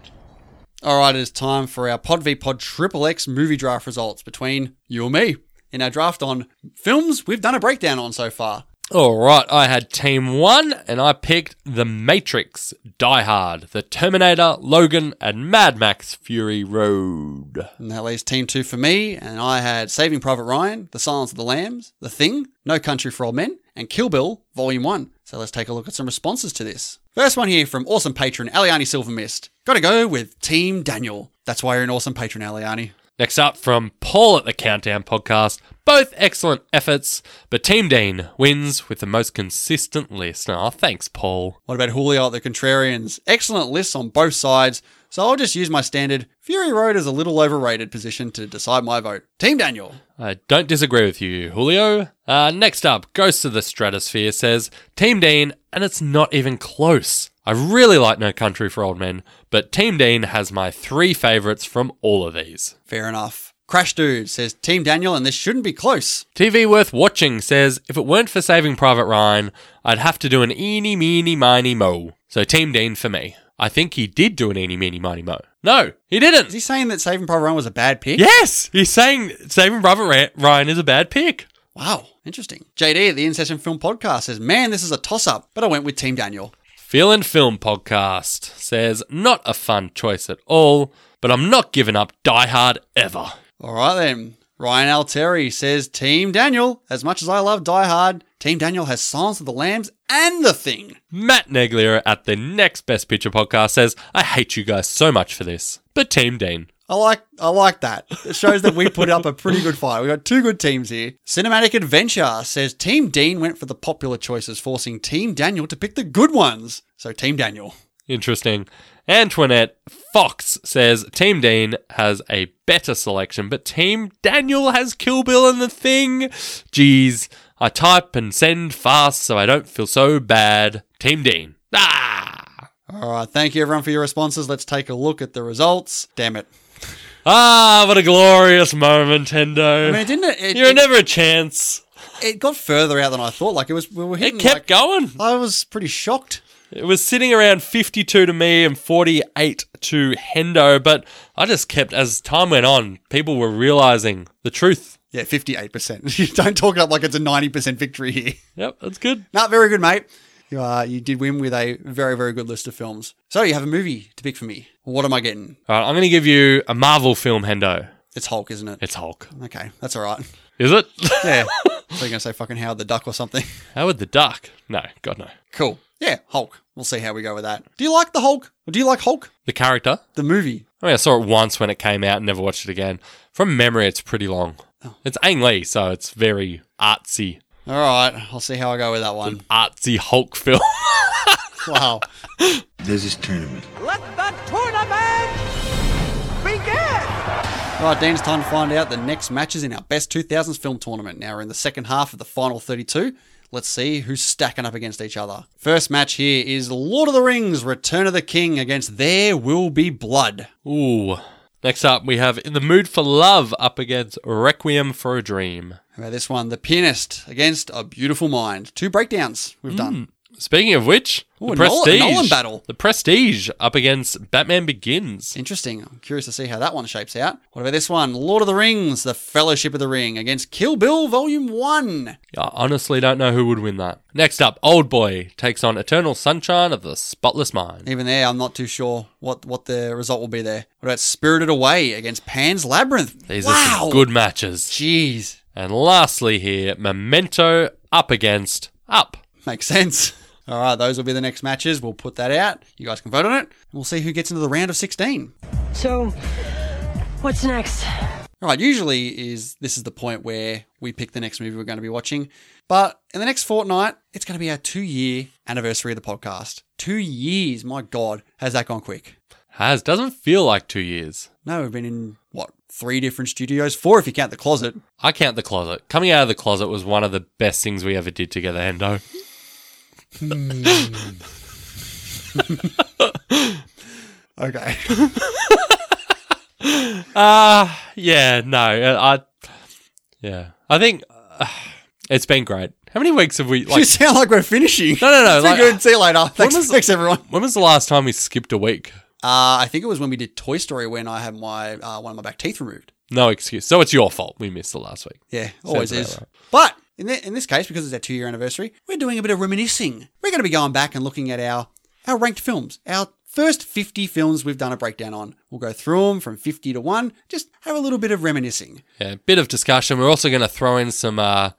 [SPEAKER 1] All right, it is time for our Pod v Pod Triple X movie draft results between you and me in our draft on films we've done a breakdown on so far.
[SPEAKER 2] All right, I had team one, and I picked The Matrix, Die Hard, The Terminator, Logan, and Mad Max Fury Road.
[SPEAKER 1] And that leaves team two for me, and I had Saving Private Ryan, The Silence of the Lambs, The Thing, No Country for Old Men, and Kill Bill, Volume 1. So let's take a look at some responses to this. First one here from awesome patron Aliani Silvermist. Gotta go with Team Daniel. That's why you're an awesome patron, Aliani.
[SPEAKER 2] Next up from Paul at the Countdown podcast, both excellent efforts, but Team Dean wins with the most consistent list. Aw, thanks, Paul.
[SPEAKER 1] What about Julio at the Contrarians? Excellent lists on both sides, so I'll just use my standard Fury Road is a little overrated position to decide my vote. Team Daniel.
[SPEAKER 2] I don't disagree with you, Julio. Uh, next up, Ghost of the Stratosphere says Team Dean, and it's not even close. I really like No Country for Old Men, but Team Dean has my three favourites from all of these.
[SPEAKER 1] Fair enough. Crash Dude says Team Daniel, and this shouldn't be close.
[SPEAKER 2] TV Worth Watching says if it weren't for Saving Private Ryan, I'd have to do an eeny, meeny, miny, mo. So Team Dean for me. I think he did do an eeny, meeny, miny, mo. No, he didn't.
[SPEAKER 1] Is he saying that Saving Private Ryan was a bad pick?
[SPEAKER 2] Yes, he's saying Saving Private Ra- Ryan is a bad pick.
[SPEAKER 1] Wow, interesting. JD at the In Session Film Podcast says, Man, this is a toss up, but I went with Team Daniel.
[SPEAKER 2] Feel and Film Podcast says not a fun choice at all, but I'm not giving up Die Hard ever.
[SPEAKER 1] All right then. Ryan Alteri says Team Daniel. As much as I love Die Hard, Team Daniel has Silence of the Lambs and The Thing.
[SPEAKER 2] Matt Neglia at the next Best Picture podcast says, "I hate you guys so much for this, but Team Dean."
[SPEAKER 1] I like I like that. It shows that we put up a pretty good fight. We got two good teams here. Cinematic Adventure says Team Dean went for the popular choices, forcing Team Daniel to pick the good ones. So Team Daniel.
[SPEAKER 2] Interesting. Antoinette Fox says Team Dean has a better selection, but Team Daniel has Kill Bill and the Thing. Jeez, I type and send fast so I don't feel so bad. Team Dean. Ah!
[SPEAKER 1] All right, thank you everyone for your responses. Let's take a look at the results. Damn it.
[SPEAKER 2] Ah, what a glorious moment, Hendo.
[SPEAKER 1] I mean, didn't it? it
[SPEAKER 2] You're
[SPEAKER 1] it-
[SPEAKER 2] never a chance.
[SPEAKER 1] It got further out than I thought. Like it was, we were
[SPEAKER 2] It
[SPEAKER 1] hitting.
[SPEAKER 2] kept
[SPEAKER 1] like-
[SPEAKER 2] going.
[SPEAKER 1] I was pretty shocked.
[SPEAKER 2] It was sitting around 52 to me and 48 to Hendo, but I just kept, as time went on, people were realizing the truth.
[SPEAKER 1] Yeah, fifty-eight percent. You don't talk it up like it's a ninety percent victory here.
[SPEAKER 2] Yep, that's good.
[SPEAKER 1] Not very good, mate. You uh, you did win with a very very good list of films. So you have a movie to pick for me. What am I getting?
[SPEAKER 2] All right, I'm going to give you a Marvel film, Hendo.
[SPEAKER 1] It's Hulk, isn't it?
[SPEAKER 2] It's Hulk.
[SPEAKER 1] Okay, that's all right.
[SPEAKER 2] Is it?
[SPEAKER 1] Yeah. so you're gonna say fucking Howard the Duck or something?
[SPEAKER 2] Howard the Duck. No, God, no.
[SPEAKER 1] Cool. Yeah, Hulk. We'll see how we go with that. Do you like the Hulk? Or do you like Hulk?
[SPEAKER 2] The character?
[SPEAKER 1] The movie.
[SPEAKER 2] I mean, I saw it once when it came out and never watched it again. From memory, it's pretty long.
[SPEAKER 1] Oh.
[SPEAKER 2] It's Ang Lee, so it's very artsy.
[SPEAKER 1] All right, I'll see how I go with that one.
[SPEAKER 2] Artsy Hulk film.
[SPEAKER 1] wow.
[SPEAKER 4] There's this tournament.
[SPEAKER 7] Let the tournament begin!
[SPEAKER 1] All right, Dan, it's time to find out the next matches in our Best 2000s Film Tournament. Now we're in the second half of the final 32. Let's see who's stacking up against each other. First match here is Lord of the Rings Return of the King against There Will Be Blood.
[SPEAKER 2] Ooh. Next up, we have In the Mood for Love up against Requiem for a Dream.
[SPEAKER 1] How about this one? The Pianist against A Beautiful Mind. Two breakdowns we've done.
[SPEAKER 2] Speaking of which,
[SPEAKER 1] Ooh,
[SPEAKER 2] the
[SPEAKER 1] a Nolan-
[SPEAKER 2] Prestige.
[SPEAKER 1] Nolan battle.
[SPEAKER 2] The Prestige up against Batman Begins.
[SPEAKER 1] Interesting. I'm curious to see how that one shapes out. What about this one? Lord of the Rings The Fellowship of the Ring against Kill Bill Volume 1.
[SPEAKER 2] I honestly don't know who would win that. Next up, Old Boy takes on Eternal Sunshine of the Spotless Mind.
[SPEAKER 1] Even there, I'm not too sure what, what the result will be there. What about Spirited Away against Pan's Labyrinth?
[SPEAKER 2] These
[SPEAKER 1] wow.
[SPEAKER 2] are some good matches.
[SPEAKER 1] Jeez.
[SPEAKER 2] And lastly, here, Memento up against Up.
[SPEAKER 1] Makes sense. All right, those will be the next matches. We'll put that out. You guys can vote on it. And we'll see who gets into the round of 16.
[SPEAKER 13] So, what's next?
[SPEAKER 1] All right, usually is this is the point where we pick the next movie we're going to be watching. But in the next fortnight, it's going to be our two year anniversary of the podcast. Two years, my God, has that gone quick?
[SPEAKER 2] Has doesn't feel like two years.
[SPEAKER 1] No, we've been in what, three different studios? Four if you count the closet.
[SPEAKER 2] I count the closet. Coming out of the closet was one of the best things we ever did together, Hendo.
[SPEAKER 1] Okay.
[SPEAKER 2] Uh yeah, no, I, I- yeah, I think uh, it's been great. How many weeks have we?
[SPEAKER 1] you
[SPEAKER 2] Like,
[SPEAKER 1] sound like we're finishing.
[SPEAKER 2] No, no, no,
[SPEAKER 1] It's been
[SPEAKER 2] like-
[SPEAKER 1] good. See you later. Thanks,
[SPEAKER 2] was-
[SPEAKER 1] thanks everyone.
[SPEAKER 2] when was the last time we skipped a week?
[SPEAKER 1] Uh, I think it was when we did Toy Story when I had my uh, one of my back teeth removed.
[SPEAKER 2] No excuse. So it's your fault. We missed the last week.
[SPEAKER 1] Yeah, always
[SPEAKER 2] about
[SPEAKER 1] is.
[SPEAKER 2] right.
[SPEAKER 1] But in, thi- in this case, because it's our two year anniversary, we're doing a bit of reminiscing. We're going to be going back and looking at our, our ranked films, our first 50 films we've done a breakdown on. We'll go through them from 50 to 1, just have a little bit of reminiscing.
[SPEAKER 2] Yeah, bit of discussion. We're also going to throw in some uh,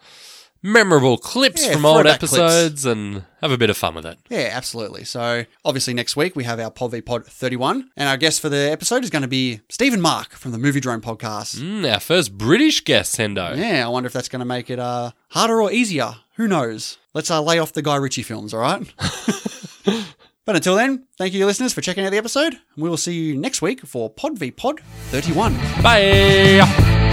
[SPEAKER 2] memorable clips
[SPEAKER 1] Yeah,
[SPEAKER 2] from old
[SPEAKER 1] throwback clips.
[SPEAKER 2] episodes and have a bit of fun with it.
[SPEAKER 1] Yeah, absolutely. So, obviously, next week we have our Pod v Pod 31, and our guest for the episode is going to be Stephen Mark from the Movie Drone podcast.
[SPEAKER 2] Mm, our first British guest, Sendo.
[SPEAKER 1] Yeah, I wonder if that's going to make it uh, harder or easier. Who knows? Let's uh, lay off the Guy Ritchie films, all right? but until then, thank you, listeners, for checking out the episode, and we will see you next week for Pod v Pod 31.
[SPEAKER 2] Bye.